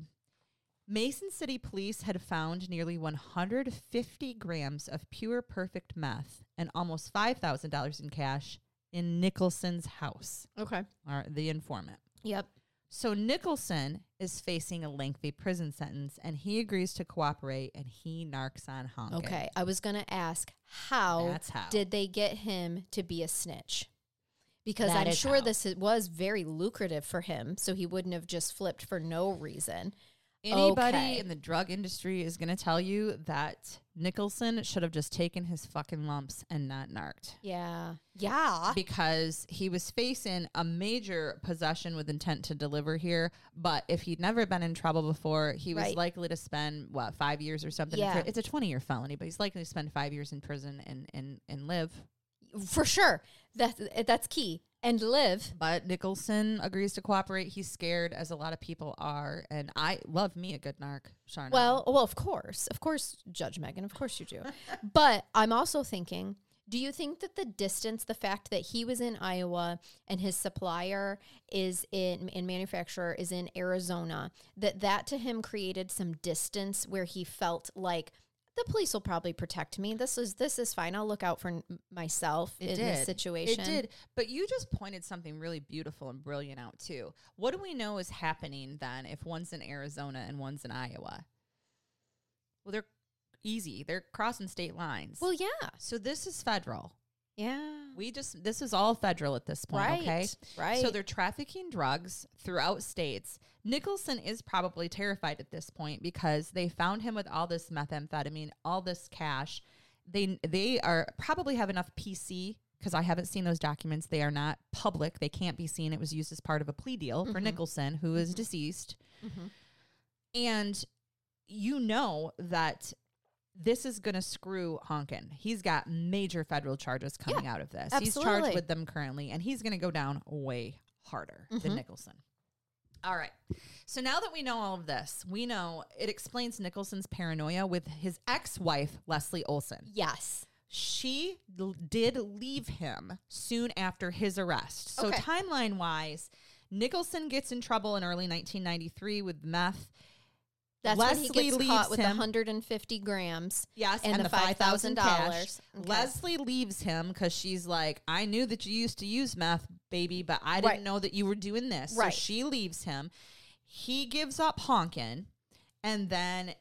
Mason City police had found nearly 150 grams of pure perfect meth and almost $5,000 in cash in Nicholson's house, Okay. or the informant. Yep. So Nicholson is facing a lengthy prison sentence and he agrees to cooperate and he narcs on Honkin. Okay. I was gonna ask how, That's how. did they get him to be a snitch? Because That I'm is sure how. this i- was very lucrative for him, so he wouldn't have just flipped for no reason. Anybody Okay. in the drug industry is going to tell you that Nicholson should have just taken his fucking lumps and not narked Yeah. Yeah. because he was facing a major possession with intent to deliver here. But if he'd never been in trouble before, he was Right. likely to spend what five years or something. in Yeah. pri- it's a twenty-year felony, but he's likely to spend five years in prison and and and live. for sure. That's that's key. And live. But Nicholson agrees to cooperate. He's scared, as a lot of people are. And I love me a good narc, Sharna. Well, well, of course, of course, Judge Megan, of course you [laughs] do. but I'm also thinking, do you think that the distance, the fact that he was in Iowa and his supplier is in and manufacturer is in Arizona, that that to him created some distance where he felt like the police will probably protect me. This is this is fine. I'll look out for n- myself in this situation. It did. But you just pointed something really beautiful and brilliant out, too. What do we know is happening then if one's in Arizona and one's in Iowa? Well, they're easy, they're crossing state lines. Well, yeah, so this is federal. yeah, We just, this is all federal at this point, right, okay? right. So they're trafficking drugs throughout states. Nicholson is probably terrified at this point because they found him with all this methamphetamine, all this cash. They they are probably have enough PC because I haven't seen those documents. They are not public. They can't be seen. It was used as part of a plea deal for Nicholson, who is deceased. Mhm. And you know that this is going to screw Honkin. He's got major federal charges coming out of this. He's absolutely. charged with them currently, and he's going to go down way harder Mm-hmm. than Nicholson. All right. So now that we know all of this, we know it explains Nicholson's paranoia with his ex wife, Leslie Olson. yes, She l- did leave him soon after his arrest. So, Okay. timeline wise, Nicholson gets in trouble in early 1993 with meth. that's when Leslie he gets leaves caught with him. 150 grams. Yes, And and, the the five $5,000. thousand dollars. Okay. Leslie leaves him because she's like, "I knew that you used to use meth, baby, but I didn't Right. know that you were doing this." Right. So she leaves him. He gives up honking, and then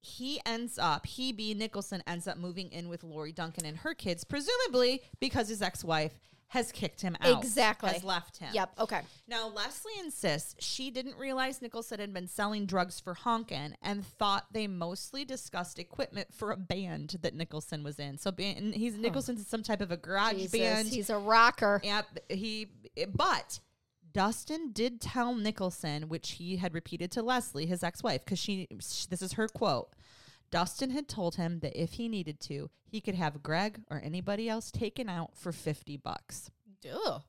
he ends up. He B Nicholson ends up moving in with Lori Duncan and her kids, presumably because his ex-wife has kicked him out. Exactly. has left him. Yep. Okay. Now, Leslie insists she didn't realize Nicholson had been selling drugs for Honkin and thought they mostly discussed equipment for a band that Nicholson was in. So, ban- he's Nicholson's in some type of a garage Jesus, band. he's a rocker. Yep, he. But Dustin did tell Nicholson, which he had repeated to Leslie, his ex-wife, because she. sh- This is her quote. Dustin had told him that if he needed to, he could have Greg or anybody else taken out for fifty bucks. Ugh.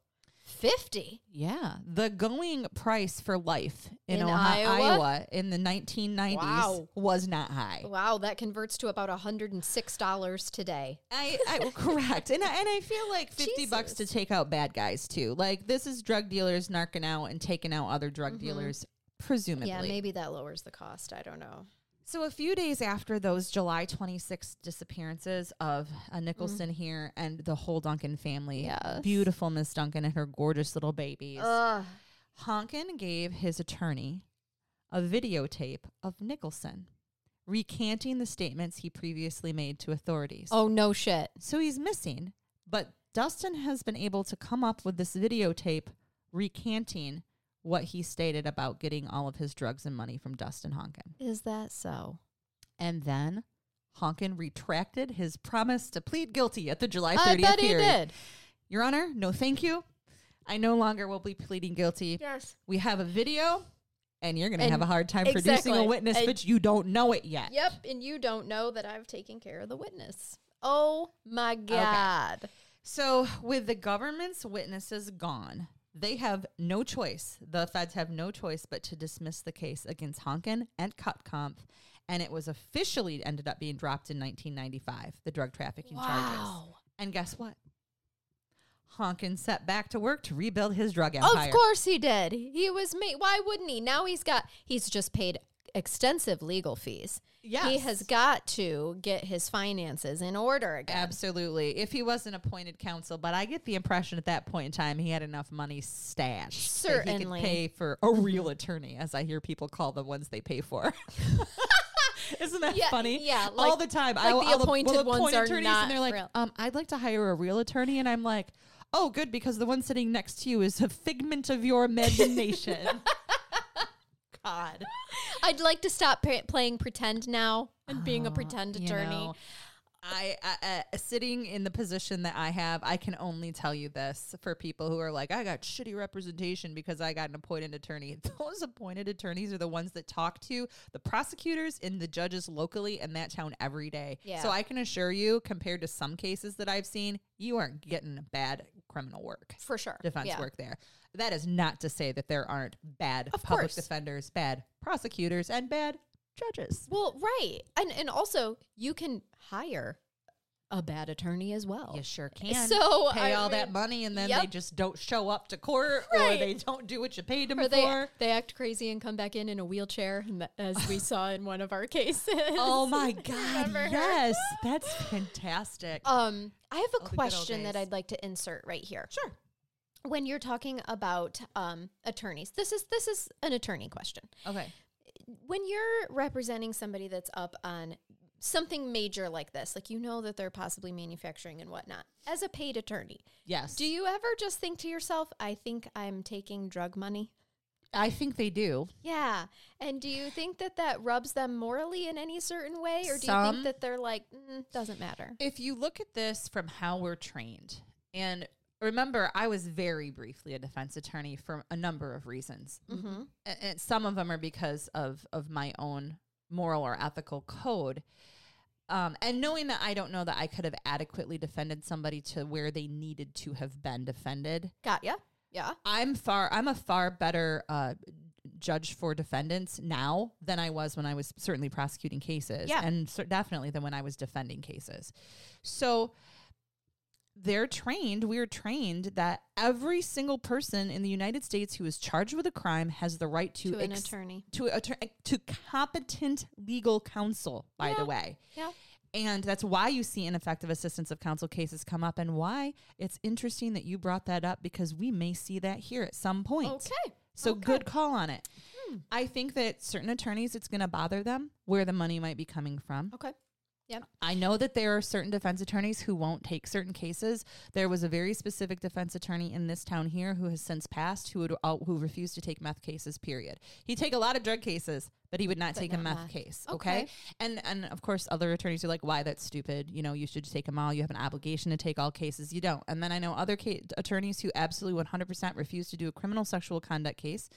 50. Yeah, the going price for life in, In Ohio, Iowa? Iowa? in the 1990s Wow. was not high. Wow, that converts to about $106 today. I, [laughs] I well, correct, and I, and I feel like fifty bucks to Jesus. take out bad guys too. Like this is drug dealers narking out and taking out other drug dealers, presumably. Mm-hmm. Yeah, maybe that lowers the cost. I don't know. So a few days after those July 26th disappearances of uh, Nicholson here and the whole Duncan family, Mm. Yes. beautiful Miss Duncan and her gorgeous little babies. Ugh. Honkin gave his attorney a videotape of Nicholson recanting the statements he previously made to authorities. Oh, no shit. So he's missing, but Dustin has been able to come up with this videotape recanting what he stated about getting all of his drugs and money from Dustin Honkin. Is that so? And then Honkin retracted his promise to plead guilty at the July 30th I bet he hearing. did. Your Honor, no thank you. I no longer will be pleading guilty. Yes. We have a video, and you're going to And- have a hard time producing a exactly. witness, And- but you don't know it yet. Yep, and you don't know that I've taken care of the witness. Oh my God. So, with the government's witnesses gone, they have no choice. The feds have no choice but to dismiss the case against Honkin and Cutkampf, and it was officially ended up being dropped in 1995, the drug trafficking charges. Wow. And guess what? Honkin set back to work to rebuild his drug empire. Of course he did. He was made. Why wouldn't he? Now he's got, he's just paid extensive legal fees. He Yes. has got to get his finances in order again. Absolutely. If he wasn't appointed counsel, but I get the impression at that point in time he had enough money stashed that he Certainly. could pay for a real attorney, as I hear people call the ones they pay for. [laughs] Isn't that Yeah, funny? yeah, all like- the time. like the I'll appointed we'll ones appoint are attorneys, not and they're like, real. um, I'd like to hire a real attorney, and I'm like, oh, good, because the one sitting next to you is a figment of your imagination. [laughs] [laughs] God, I'd like to stop pa- playing pretend now and being a pretend Oh, You attorney. know, I, I, I sitting in the position that I have, I can only tell you this for people who are like, I got shitty representation because I got an appointed attorney. [laughs] Those appointed attorneys are the ones that talk to the prosecutors and the judges locally in that town every day. Yeah. So I can assure you, compared to some cases that I've seen, you aren't getting bad criminal work for sure. defense yeah. work there. That is not to say that there aren't bad Of public course. defenders, bad prosecutors, and bad judges. Well, right, and and also you can hire a bad attorney as well. You sure can. So, pay I all that mean, money, and then they yep. just don't show up to court, or Right. they don't do what you paid them Or [laughs] for. they they act crazy and come back in in a wheelchair, and tha- as [laughs] we saw in one of our cases. [laughs] oh my god! Remember her? Yes, that's fantastic. Um, I have a Oh, the good old question that days. I'd like to insert right here. sure. When you're talking about um, attorneys, this is this is an attorney question. Okay. When you're representing somebody that's up on something major like this, like you know that they're possibly manufacturing and whatnot, as a paid attorney, Yes. do you ever just think to yourself, "I think I'm taking drug money"? I think they do. Yeah, and do you think that that rubs them morally in any certain way, or do you Some. think that they're like, mm, doesn't matter? If you look at this from how we're trained, and remember, I was very briefly a defense attorney for a number of reasons. Mm-hmm. a- and some of them are because of of my own moral or ethical code um, and knowing that i don't know that i could have adequately defended somebody to where they needed to have been defended Got ya. Yeah. i'm far i'm a far better uh, judge for defendants now than i was when i was certainly prosecuting cases Yeah. and cer definitely than when i was defending cases so they're trained, we are trained that every single person in the United States who is charged with a crime has the right to, To an ex- attorney. to attor- to competent legal counsel, by Yeah. the way. Yeah. And that's why you see ineffective assistance of counsel cases come up and why it's interesting that you brought that up because we may see that here at some point. Okay. So Okay. Hmm. good call on it. I think that certain attorneys it's going to bother them where the money might be coming from. Okay. I know that there are certain defense attorneys who won't take certain cases. There was a very specific defense attorney in this town here who has since passed who would, uh, who refused to take meth cases. Period. He'd take a lot of drug cases, but he would not But take a not meth, meth. case. Okay? Okay. and and of course other attorneys are like, why that's stupid. You know, you should take them all. You have an obligation to take all cases. You don't. And then I know other ca- attorneys who absolutely one hundred percent refuse to do a criminal sexual conduct case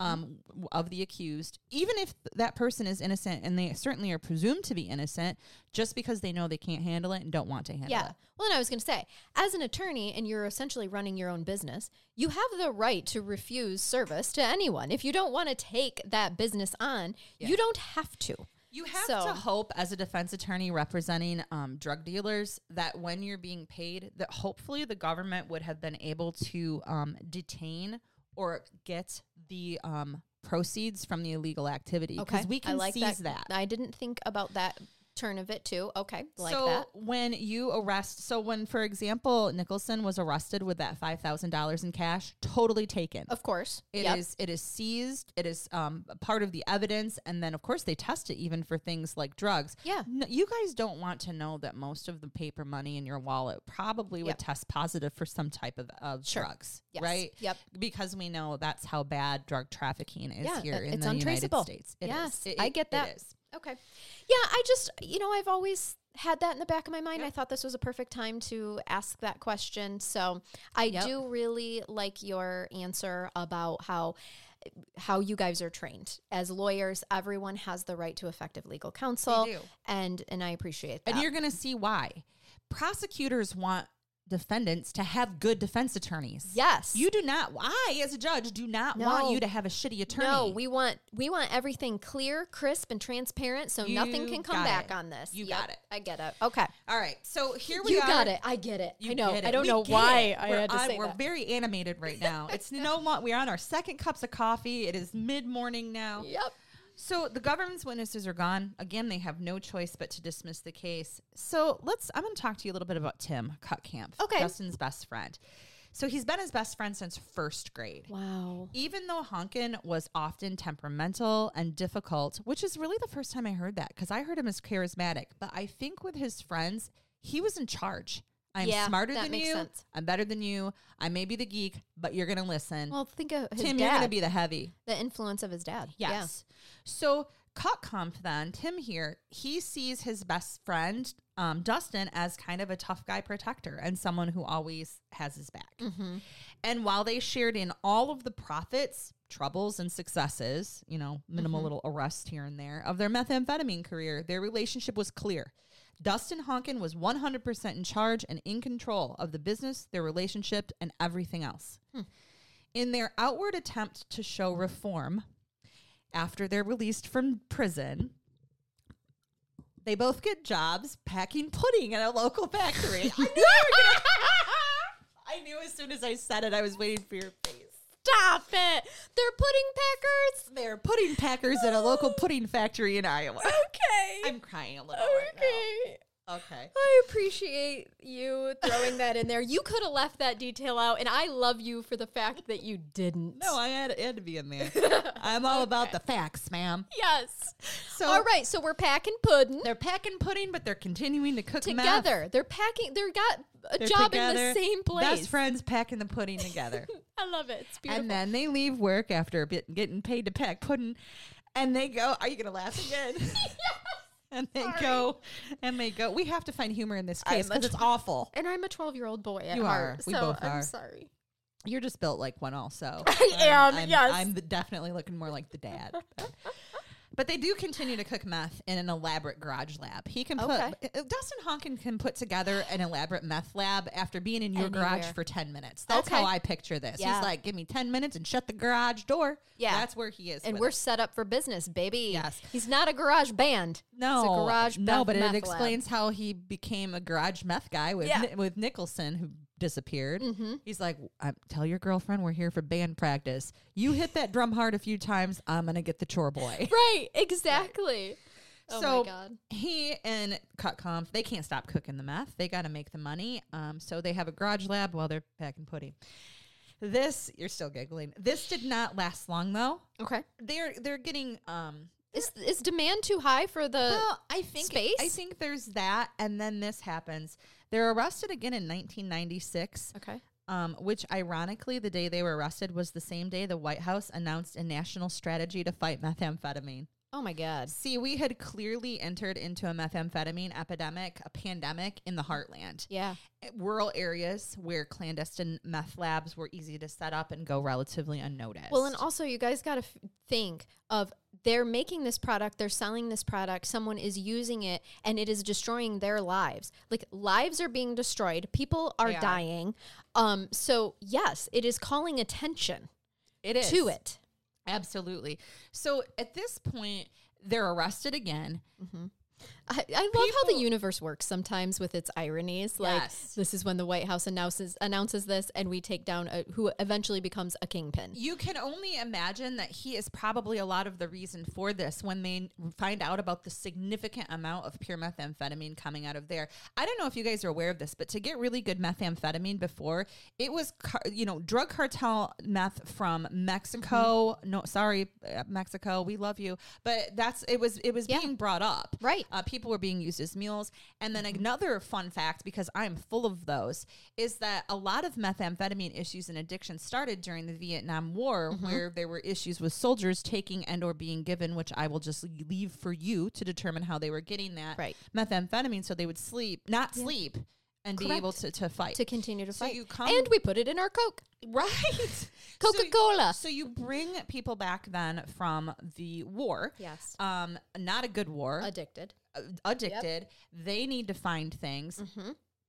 um, w- of the accused, even if th- that person is innocent, and they certainly are presumed to be innocent, just because they know they can't handle it and don't want to handle Yeah. it. Well, and uh, I was going to say, as an attorney and you're essentially running your own business, you have the right to refuse service to anyone. If you don't want to take that business on, you don't have to. You have So- to hope, as a defense attorney representing um, drug dealers, that when you're being paid, that hopefully the government would have been able to um, detain or get the um, proceeds from the illegal activity because we I can like seize that. I didn't think about that turn of it too. Okay. Like so that. when you arrest, so when, for example, Nicholson was arrested with that five thousand dollars in cash, totally taken. Of course. It is Yep. it is seized. It is um, a part of the evidence, and then of course they test it even for things like drugs. Yeah. No, you guys don't want to know that most of the paper money in your wallet probably would Yep. test positive for some type of, of Sure. drugs, Yes. right? Yep. because we know that's how bad drug trafficking is Yeah, here uh, in it's the untraceable. United States. It is. Yes, It- I it- get it that. is. Okay. Yeah, I just, you know, I've always had that in the back of my mind. I thought this was a perfect time to ask that question. So, I Yep. do really like your answer about how how you guys are trained. As lawyers, everyone has the right to effective legal counsel do. and and I appreciate that. And you're going to see why. Prosecutors want defendants to have good defense attorneys. yes. You do not, I as a judge, do not want No. you to have a shitty attorney. no, we want we want everything clear, crisp and transparent so nothing You can come got back it. on this. You Yep, got it. I get it. Okay. All right. So here we You are. got it. I get it. You I know. get I it. don't We know get why it. I We're had to on- say We're that. very animated right now. It's you know what? We're on our second cups of coffee. It is mid morning now. Yep. So the government's witnesses are gone. Again, they have no choice but to dismiss the case. So let's I'm gonna talk to you a little bit about Tim Cutcamp, Okay. Justin's best friend. So he's been his best friend since first grade. Wow. Even though Honkin was often temperamental and difficult, which is really the first time I heard that because I heard him as charismatic, but I think with his friends, he was in charge. I'm Yeah, smarter that than makes you. sense. I'm better than you. I may be the geek, but you're going to listen. Well, think of his Tim, dad. you're going to be the heavy. the influence of his dad. Yeah. [laughs] Yes. So Cutcomp then, Tim here, he sees his best friend um, Dustin as kind of a tough guy protector and someone who always has his back. And while they shared in all of the profits, troubles, and successes, you know, minimal little arrest here and there of their methamphetamine career, their relationship was clear. Dustin Honkin was 100% in charge and in control of the business, their relationship, and everything else. In their outward attempt to show reform, after they're released from prison, they both get jobs packing pudding at a [laughs] local factory. I knew, you were gonna- I knew as soon as I said it, I was waiting for your face. Stop it. They're pudding packers. They're pudding packers at a local pudding factory in Iowa. Okay. I'm crying a little. Right okay. now. Okay. I appreciate you throwing that in there. You could have left that detail out, and I love you for the fact that you didn't. No, I had, it had to be [laughs] in there. I'm all about the facts, ma'am. yes. So All right, so we're packing pudding they're packing pudding, but they're continuing to cook meth. together. They're packing. They're got a They're job together. in the same place. Best friends packing the [laughs] pudding together. I love it. It's beautiful. and then they leave work after a bit getting paid to pack pudding and they go are you gonna laugh again [laughs] [laughs] and they go and they go we have to find humor in this I'm case because a- it's awful And I'm a 12 year old boy at You heart. are. We so both I'm are. sorry. you're just built like one also [laughs] I am, I'm, yes. i'm the- definitely looking more like [laughs] the dad But they do continue to cook meth in an elaborate garage lab. He can put Okay. uh, Dustin Honkin can put together an elaborate meth lab after being in your garage Anywhere. for ten minutes. That's Okay. how I picture this. Yeah. He's like, "Give me ten minutes and shut the garage door." Yeah. that's where he is. And with we're it. set up for business, baby. Yes. He's not a garage band. No, It's a garage No, meth- but meth it lab. explains how he became a garage meth guy with Yeah. Mm-hmm. Ni- with Nicholson, who disappeared. He's like, i "Tell your girlfriend we're here for band practice. You hit that drum hard a few times. I'm gonna get the [laughs] chore boy." Right, exactly. Oh so my God. he and Cutconf, they can't stop cooking the meth. They got to make the money. Um, so they have a garage lab while they're packing pudding. This you're still giggling. This did not last long though. Okay. They're they're getting um Is, is demand too high for the. Well, I think space? I think there's that, and then this happens. They're arrested again in 1996, okay. um, which ironically, the day they were arrested was the same day the White House announced a national strategy to fight methamphetamine. Oh my God. See, we had clearly entered into a methamphetamine epidemic, a pandemic in the heartland. Yeah. Rural areas where clandestine meth labs were easy to set up and go relatively unnoticed. Well, and also you guys got to f- think of they're making this product, they're selling this product, someone is using it, and it is destroying their lives. Like lives are being destroyed, people are They are. dying. Um, so yes, it is calling attention it is. to it. Absolutely. So at this point, they're arrested again. I, I love how the People- universe works sometimes with its ironies. Like Yes. this is when the White House announces announces this, and we take down a, who eventually becomes a kingpin. You can only imagine that he is probably a lot of the reason for this when they find out about the significant amount of pure methamphetamine coming out of there. I don't know if you guys are aware of this, but to get really good methamphetamine before, it was, car- you know, drug cartel meth from Mexico. Mm-hmm. No, sorry, uh, Mexico, we love you. But that's, it was, it was Yeah. being brought up. Right. Uh, people were being used as mules. And then Mm-hmm. another fun fact, because I'm full of those, is that a lot of methamphetamine issues and addiction started during the Vietnam War, Mm-hmm. where there were issues with soldiers taking and or being given, which I will just leave for you to determine how they were getting that Right. methamphetamine. So they would sleep, not sleep, and be able Correct. to, to fight. To continue to So fight, you come- and we put it in our Coke, [laughs] Right. So- Coca-Cola. So, you bring people back then from the war. Yes. Um, not a good war addicted. uh, addicted. They need to find things.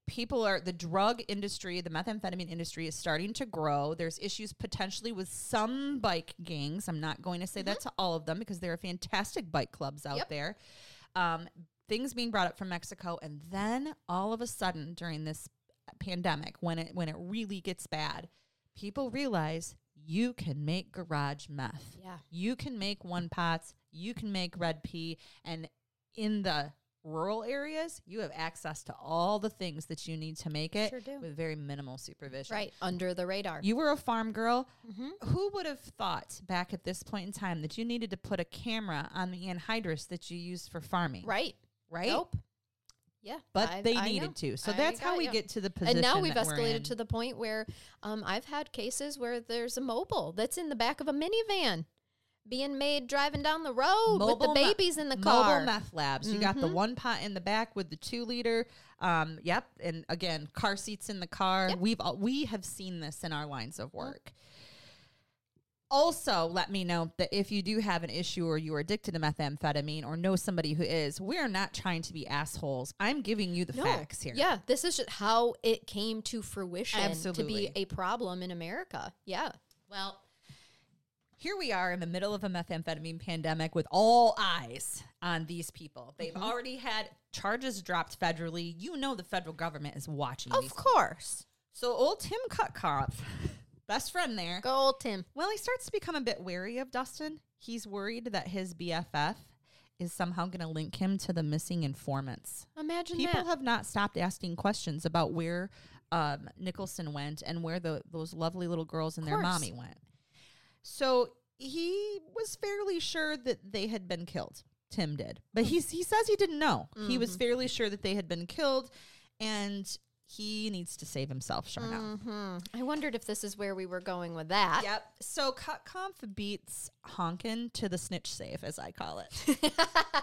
People are the drug industry, the methamphetamine industry is starting to grow. There's issues potentially with some bike gangs. I'm not going to say that to all of them because there are fantastic bike clubs out Yep. there. Um, things being brought up from Mexico, and then all of a sudden during this pandemic, when it when it really gets bad, people realize you can make garage meth. Yeah. You can make one pots, you can make red pea, and in the rural areas, you have access to all the things that you need to make it Sure do. with very minimal supervision. Right under the radar. Mm-hmm. You were a farm girl. Who would have thought back at this point in time that you needed to put a camera on the anhydrous that you use for farming? right. Right? Nope. Yeah, But I- they I needed know. to. So I that's how got we you. get to the position. And now we've that we're in. escalated to the point where um, I've had cases where there's a mobile that's in the back of a minivan being made driving down the road with the Mobile me- babies in the Mobile car. Mm-hmm. meth labs. You got the one pot in the back with the two liter. Um, yep, and again, car seats in the car. We've all, we have seen this in our lines of work. Also, let me know that if you do have an issue or you are addicted to methamphetamine or know somebody who is, we are not trying to be assholes. I'm giving you the No. facts here. Yeah, this is just how it came to fruition to be Absolutely. a problem in America. Yeah. Well, here we are in the middle of a methamphetamine pandemic with all eyes on these people. They've already had charges dropped federally. You know the federal government is watching these. course. So old Tim Kutkoff, best friend there. Go old Tim. Well, he starts to become a bit wary of Dustin. He's worried that his BFF is somehow going to link him to the missing informants. Imagine People that. have not stopped asking questions about where um, Nicholson went and where the, those lovely little girls and their course. mommy went. So he was fairly sure that they had been killed. Tim did, but he he says he didn't know. He Mm-hmm. was fairly sure that they had been killed, and he needs to save himself. Sure enough. hmm I wondered if this is where we were going with that. Yep. So Cutconf beats Honkin to the snitch save, as I call it. [laughs]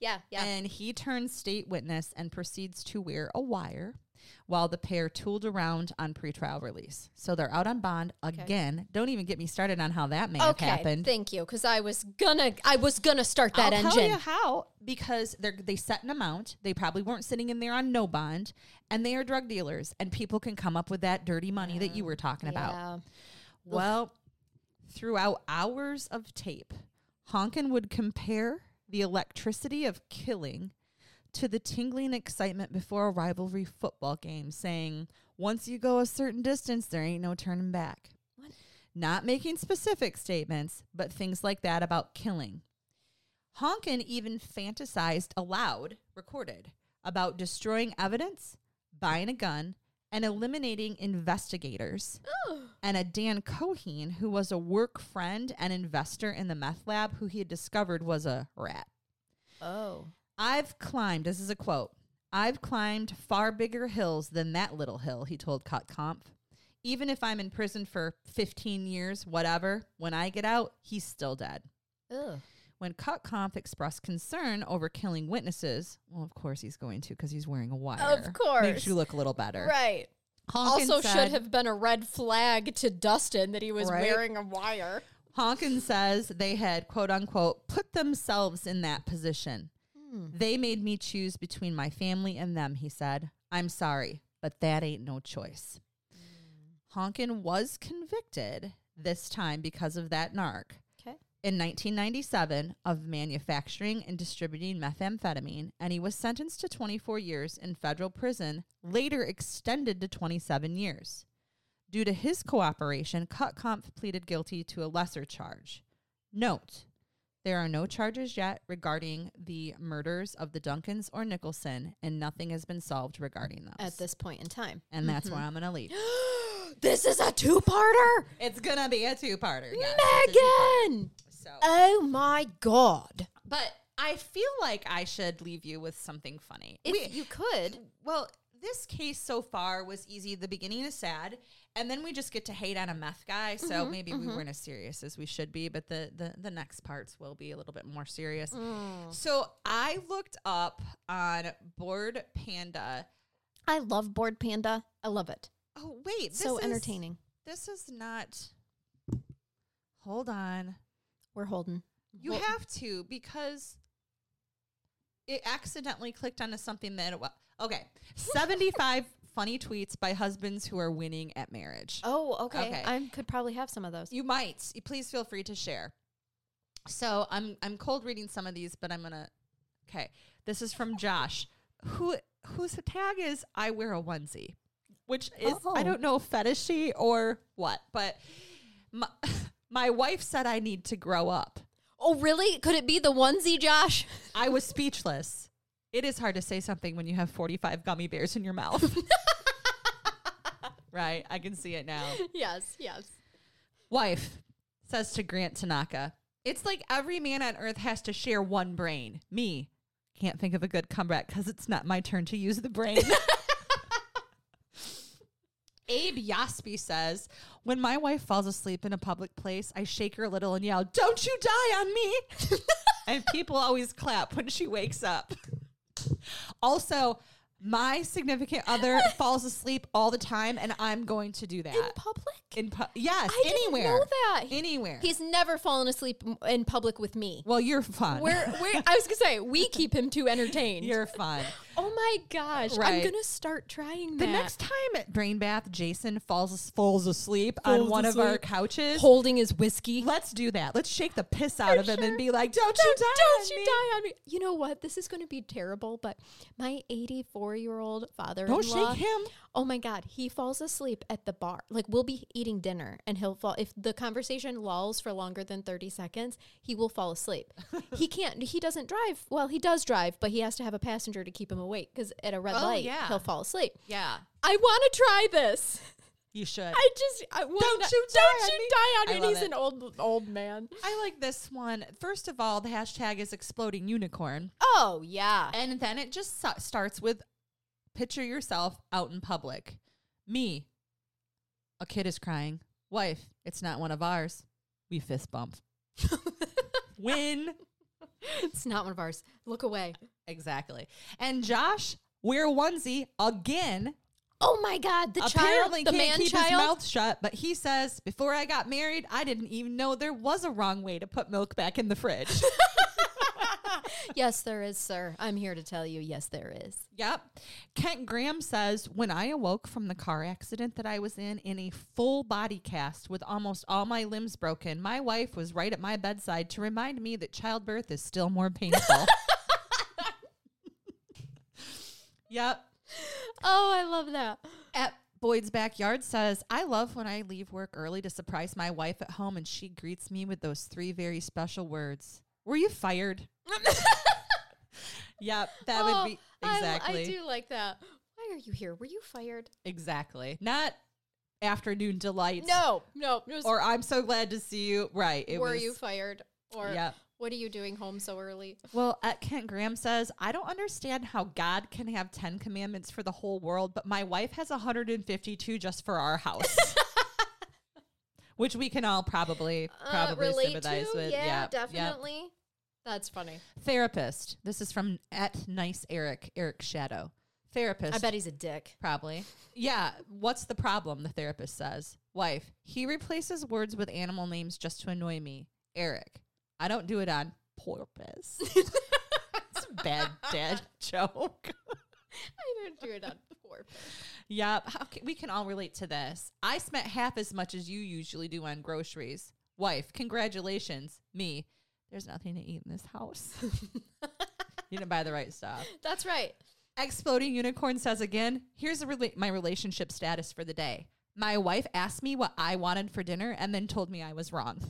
Yeah. Yeah. And he turns state witness and proceeds to wear a wire while the pair tooled around on pretrial release. So they're out on bond again. Don't even get me started on how that may okay. have happened. Thank you, because I was gonna, I was gonna start that I'll engine. tell you how because they're they set an amount. They probably weren't sitting in there on no bond, and they are drug dealers, and people can come up with that dirty money that you were talking about. Yeah. Well, throughout hours of tape, Honkin would compare the electricity of killing to the tingling excitement before a rivalry football game, saying, once you go a certain distance, there ain't no turning back. What? Not making specific statements, but things like that about killing. Honkin even fantasized aloud, recorded, about destroying evidence, buying a gun, and eliminating investigators and a Dan Coheen who was a work friend and investor in the meth lab who he had discovered was a rat. Oh. I've climbed, this is a quote, I've climbed far bigger hills than that little hill, he told Kotkampf. Even if I'm in prison for 15 years, whatever, when I get out, he's still dead. Oh. Ugh. When Kotkampf expressed concern over killing witnesses, well, of course he's going to because he's wearing a wire. course. Makes you look a little better. Right. Honkin also, should said- have been a red flag to Dustin that he was Right? wearing a wire. Honkin says they had, quote unquote, put themselves in that position. They made me choose between my family and them, he said. I'm sorry, but that ain't no choice. Honkin was convicted this time because of that narc Okay. in 1997 of manufacturing and distributing methamphetamine, and he was sentenced to 24 years in federal prison, later extended to 27 years. Due to his cooperation, Kutkampf pleaded guilty to a lesser charge. Note, there are no charges yet regarding the murders of the Duncans or Nicholson, and nothing has been solved regarding those. At this point in time, and that's where I'm going to leave. [gasps] [gasps] this is a two-parter. it's going to be a two-parter. Yes, it's a two-parter. Megan. So- Oh my god. But I feel like I should leave you with something funny. If We- you could. well, this case so far was easy. The beginning is sad, and then we just get to hate on a meth guy. So Mm-hmm, maybe we weren't as serious as we should be, but the, the the next parts will be a little bit more serious. Mm. So I looked up on Board Panda. I love Board Panda. I love it. Oh wait, this so is- entertaining. This is not. Hold on. We're holding. You Well- have to because it accidentally clicked onto something that it was. Okay. [laughs] 75 funny tweets by husbands who are winning at marriage. Oh, okay. Okay. I could probably have some of those. You might. You Please feel free to share. So I'm I'm cold reading some of these, but I'm gonna. Okay, this is from Josh, who whose tag is I wear a onesie, which is Oh. I don't know fetishy or what, but my, [laughs] my wife said I need to grow up. Oh, really? Could it be the onesie, Josh? [laughs] I was speechless. It is hard to say something when you have 45 gummy bears in your mouth. right? I can see it now. yes, yes. Wife says to Grant Tanaka, It's like every man on earth has to share one brain. Me, can't think of a good comeback because it's not my turn to use the brain. Abe Yaspi says, When my wife falls asleep in a public place, I shake her a little and yell, Don't you die on me. and people always clap when she wakes up. Also, my significant other falls asleep all the time, and I'm going to do that. in public. In pu- yes, I anywhere. didn't know that. Anywhere. He's never fallen asleep m- in public with me. well, you're fun. We're, we're, I was gonna say we keep him too entertained. [laughs] you're fun. oh my gosh, I'm Right. gonna start trying The that. next time at Brain Bath, Jason falls falls asleep on Falls one of our asleep. couches. holding his whiskey. Let's do that. Let's shake the piss out of him sure. and be like, "Don't, you die! Don't on you me." die on me? You know what? This is going to be terrible, but my 84 year old father. Don't shake him. Oh my God. He falls asleep at the bar. Like, we'll be eating dinner and he'll fall. If the conversation lulls for longer than 30 seconds, he will fall [laughs] asleep. he can't, he doesn't drive. Well, he does drive, but he has to have a passenger to keep him awake because at a red Oh, light, yeah. he'll fall asleep. Yeah, I want to try this. you should. I, I just, I want Don't you die don't on you me. die on I me. And love he's it. an old, old man. like this one. First of all, the hashtag is exploding unicorn, Oh, yeah. and then it just so- starts with picture yourself out in public. Me, a kid is crying. Wife, it's not one of ours. We [laughs] fist bump. Win. It's not one of ours. Look away. Exactly. And Josh, we're onesie again. Oh my God, the Apparently child, the can't man keep his child. mouth shut, but he says, "Before I got married, I didn't even know there was a wrong way to put milk back in the fridge." Yes, there is, sir. I'm here to tell you, yes, there is. yep. Kent Graham says, "When I awoke from the car accident that I was in in a full body cast with almost all my limbs broken, my wife was right at my bedside to remind me that childbirth is still [laughs] more painful." yep. Oh, I love [laughs] that. at Boyd's backyard says, I love when I leave work early to surprise my wife at home and she greets me with those three very special words. Were you fired? yep, that oh, would be I- exactly. I, do like that. Why are you here? Were you fired? Exactly. Not afternoon delights. No, no. It was, Or I'm so glad to see you. Right. It were was, you fired? Or Yep. what are you doing home so early? Well, at Kent Graham says, I don't understand how God can have 10 commandments for the whole world, but my wife has 152 just for [laughs] our house. Which we can all probably probably sympathize with. Uh, Yeah, Yep, yep. definitely. That's funny. Therapist. This is from at nice Eric, Eric Shadow. Therapist. I bet he's a dick. Probably. Yeah. What's the problem? The therapist says. Wife, he replaces words with animal names just to annoy me. Eric, I don't do it on purpose. it's a bad dad joke. [laughs] I don't do it on purpose. Yep. How ca- we can all relate to this. I spent half as much as you usually do on groceries. Wife, congratulations. Me, there's nothing to eat in this house. you didn't buy the right stuff. That's right. Exploding Unicorn says again, here's a rela- my relationship status for the day. My wife asked me what I wanted for dinner and then told me I was wrong.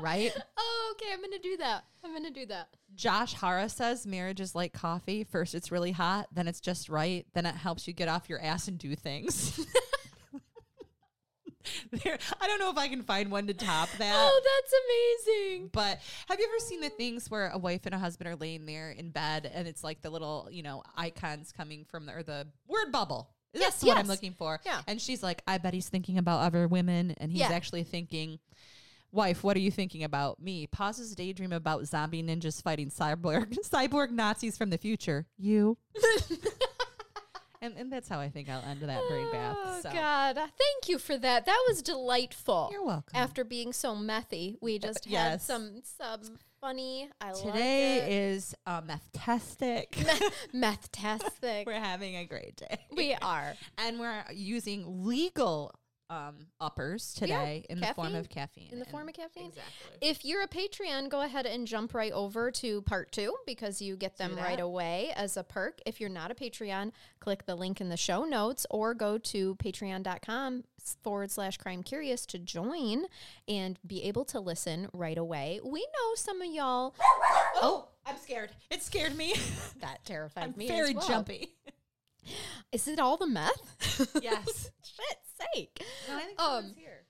right? Oh, okay. I'm going to do that. I'm going to do that. Josh Hara says marriage is like coffee. First it's really hot, then it's just right, then it helps you get off your ass and do things. [laughs] there, I don't know if I can find one to top that. Oh, that's amazing. But have you ever seen the things where a wife and a husband are laying there in bed and it's like the little, you know, icons coming from the, or the word bubble? That's Yes, what I'm yes. looking for. Yeah. And she's like, I bet he's thinking about other women. And he's Yeah. actually thinking, Wife, what are you thinking about? Me. Pauses to daydream about zombie ninjas fighting cyborg [laughs] cyborg Nazis from the future. You. and, and that's how I think I'll end that brain bath. Oh So. God! Thank you for that. That was delightful. You're welcome. Uh, After being so methy, we just had yes. some some funny. I like it. Today is uh, [laughs] meth-tastic. meth tastic. [laughs] We're having a great day. we are. and we're using legal um, uppers We are. today in the form of caffeine. In the and- form of caffeine. Exactly. If you're a Patreon, go ahead and jump right over to part two because you get them right that. away as a perk. If you're not a Patreon, click the link in the show notes or go to patreon.com s- forward slash crime curious to join and be able to listen right away. We know some of y'all Oh, I'm scared. It scared me. that terrified me. Very as well. jumpy. Is it all the meth? [laughs] [laughs] [laughs] yes. Um, Shit's sake. No, I think Um, here.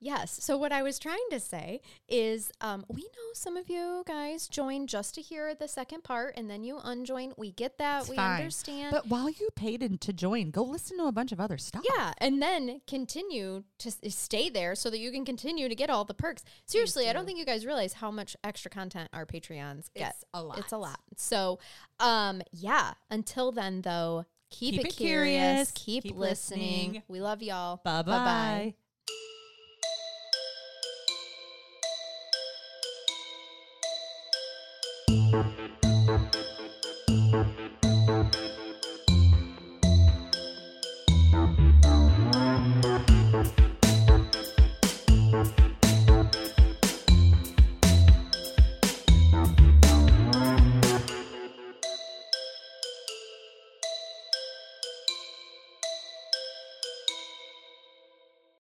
Yes. So what I was trying to say is, um, we know some of you guys join just to hear the second part, and then you unjoin. We get that. It's we fine. understand. But while you paid in to join, go listen to a bunch of other stuff. yeah, and then continue to s- stay there so that you can continue to get all the perks. Seriously, I don't think you guys realize how much extra content our Patreons get. It's a lot. It's a lot. So, um, yeah. Until then, though, keep, it, curious. Keep, listening. listening. We love y'all. Bye bye. Bye-bye.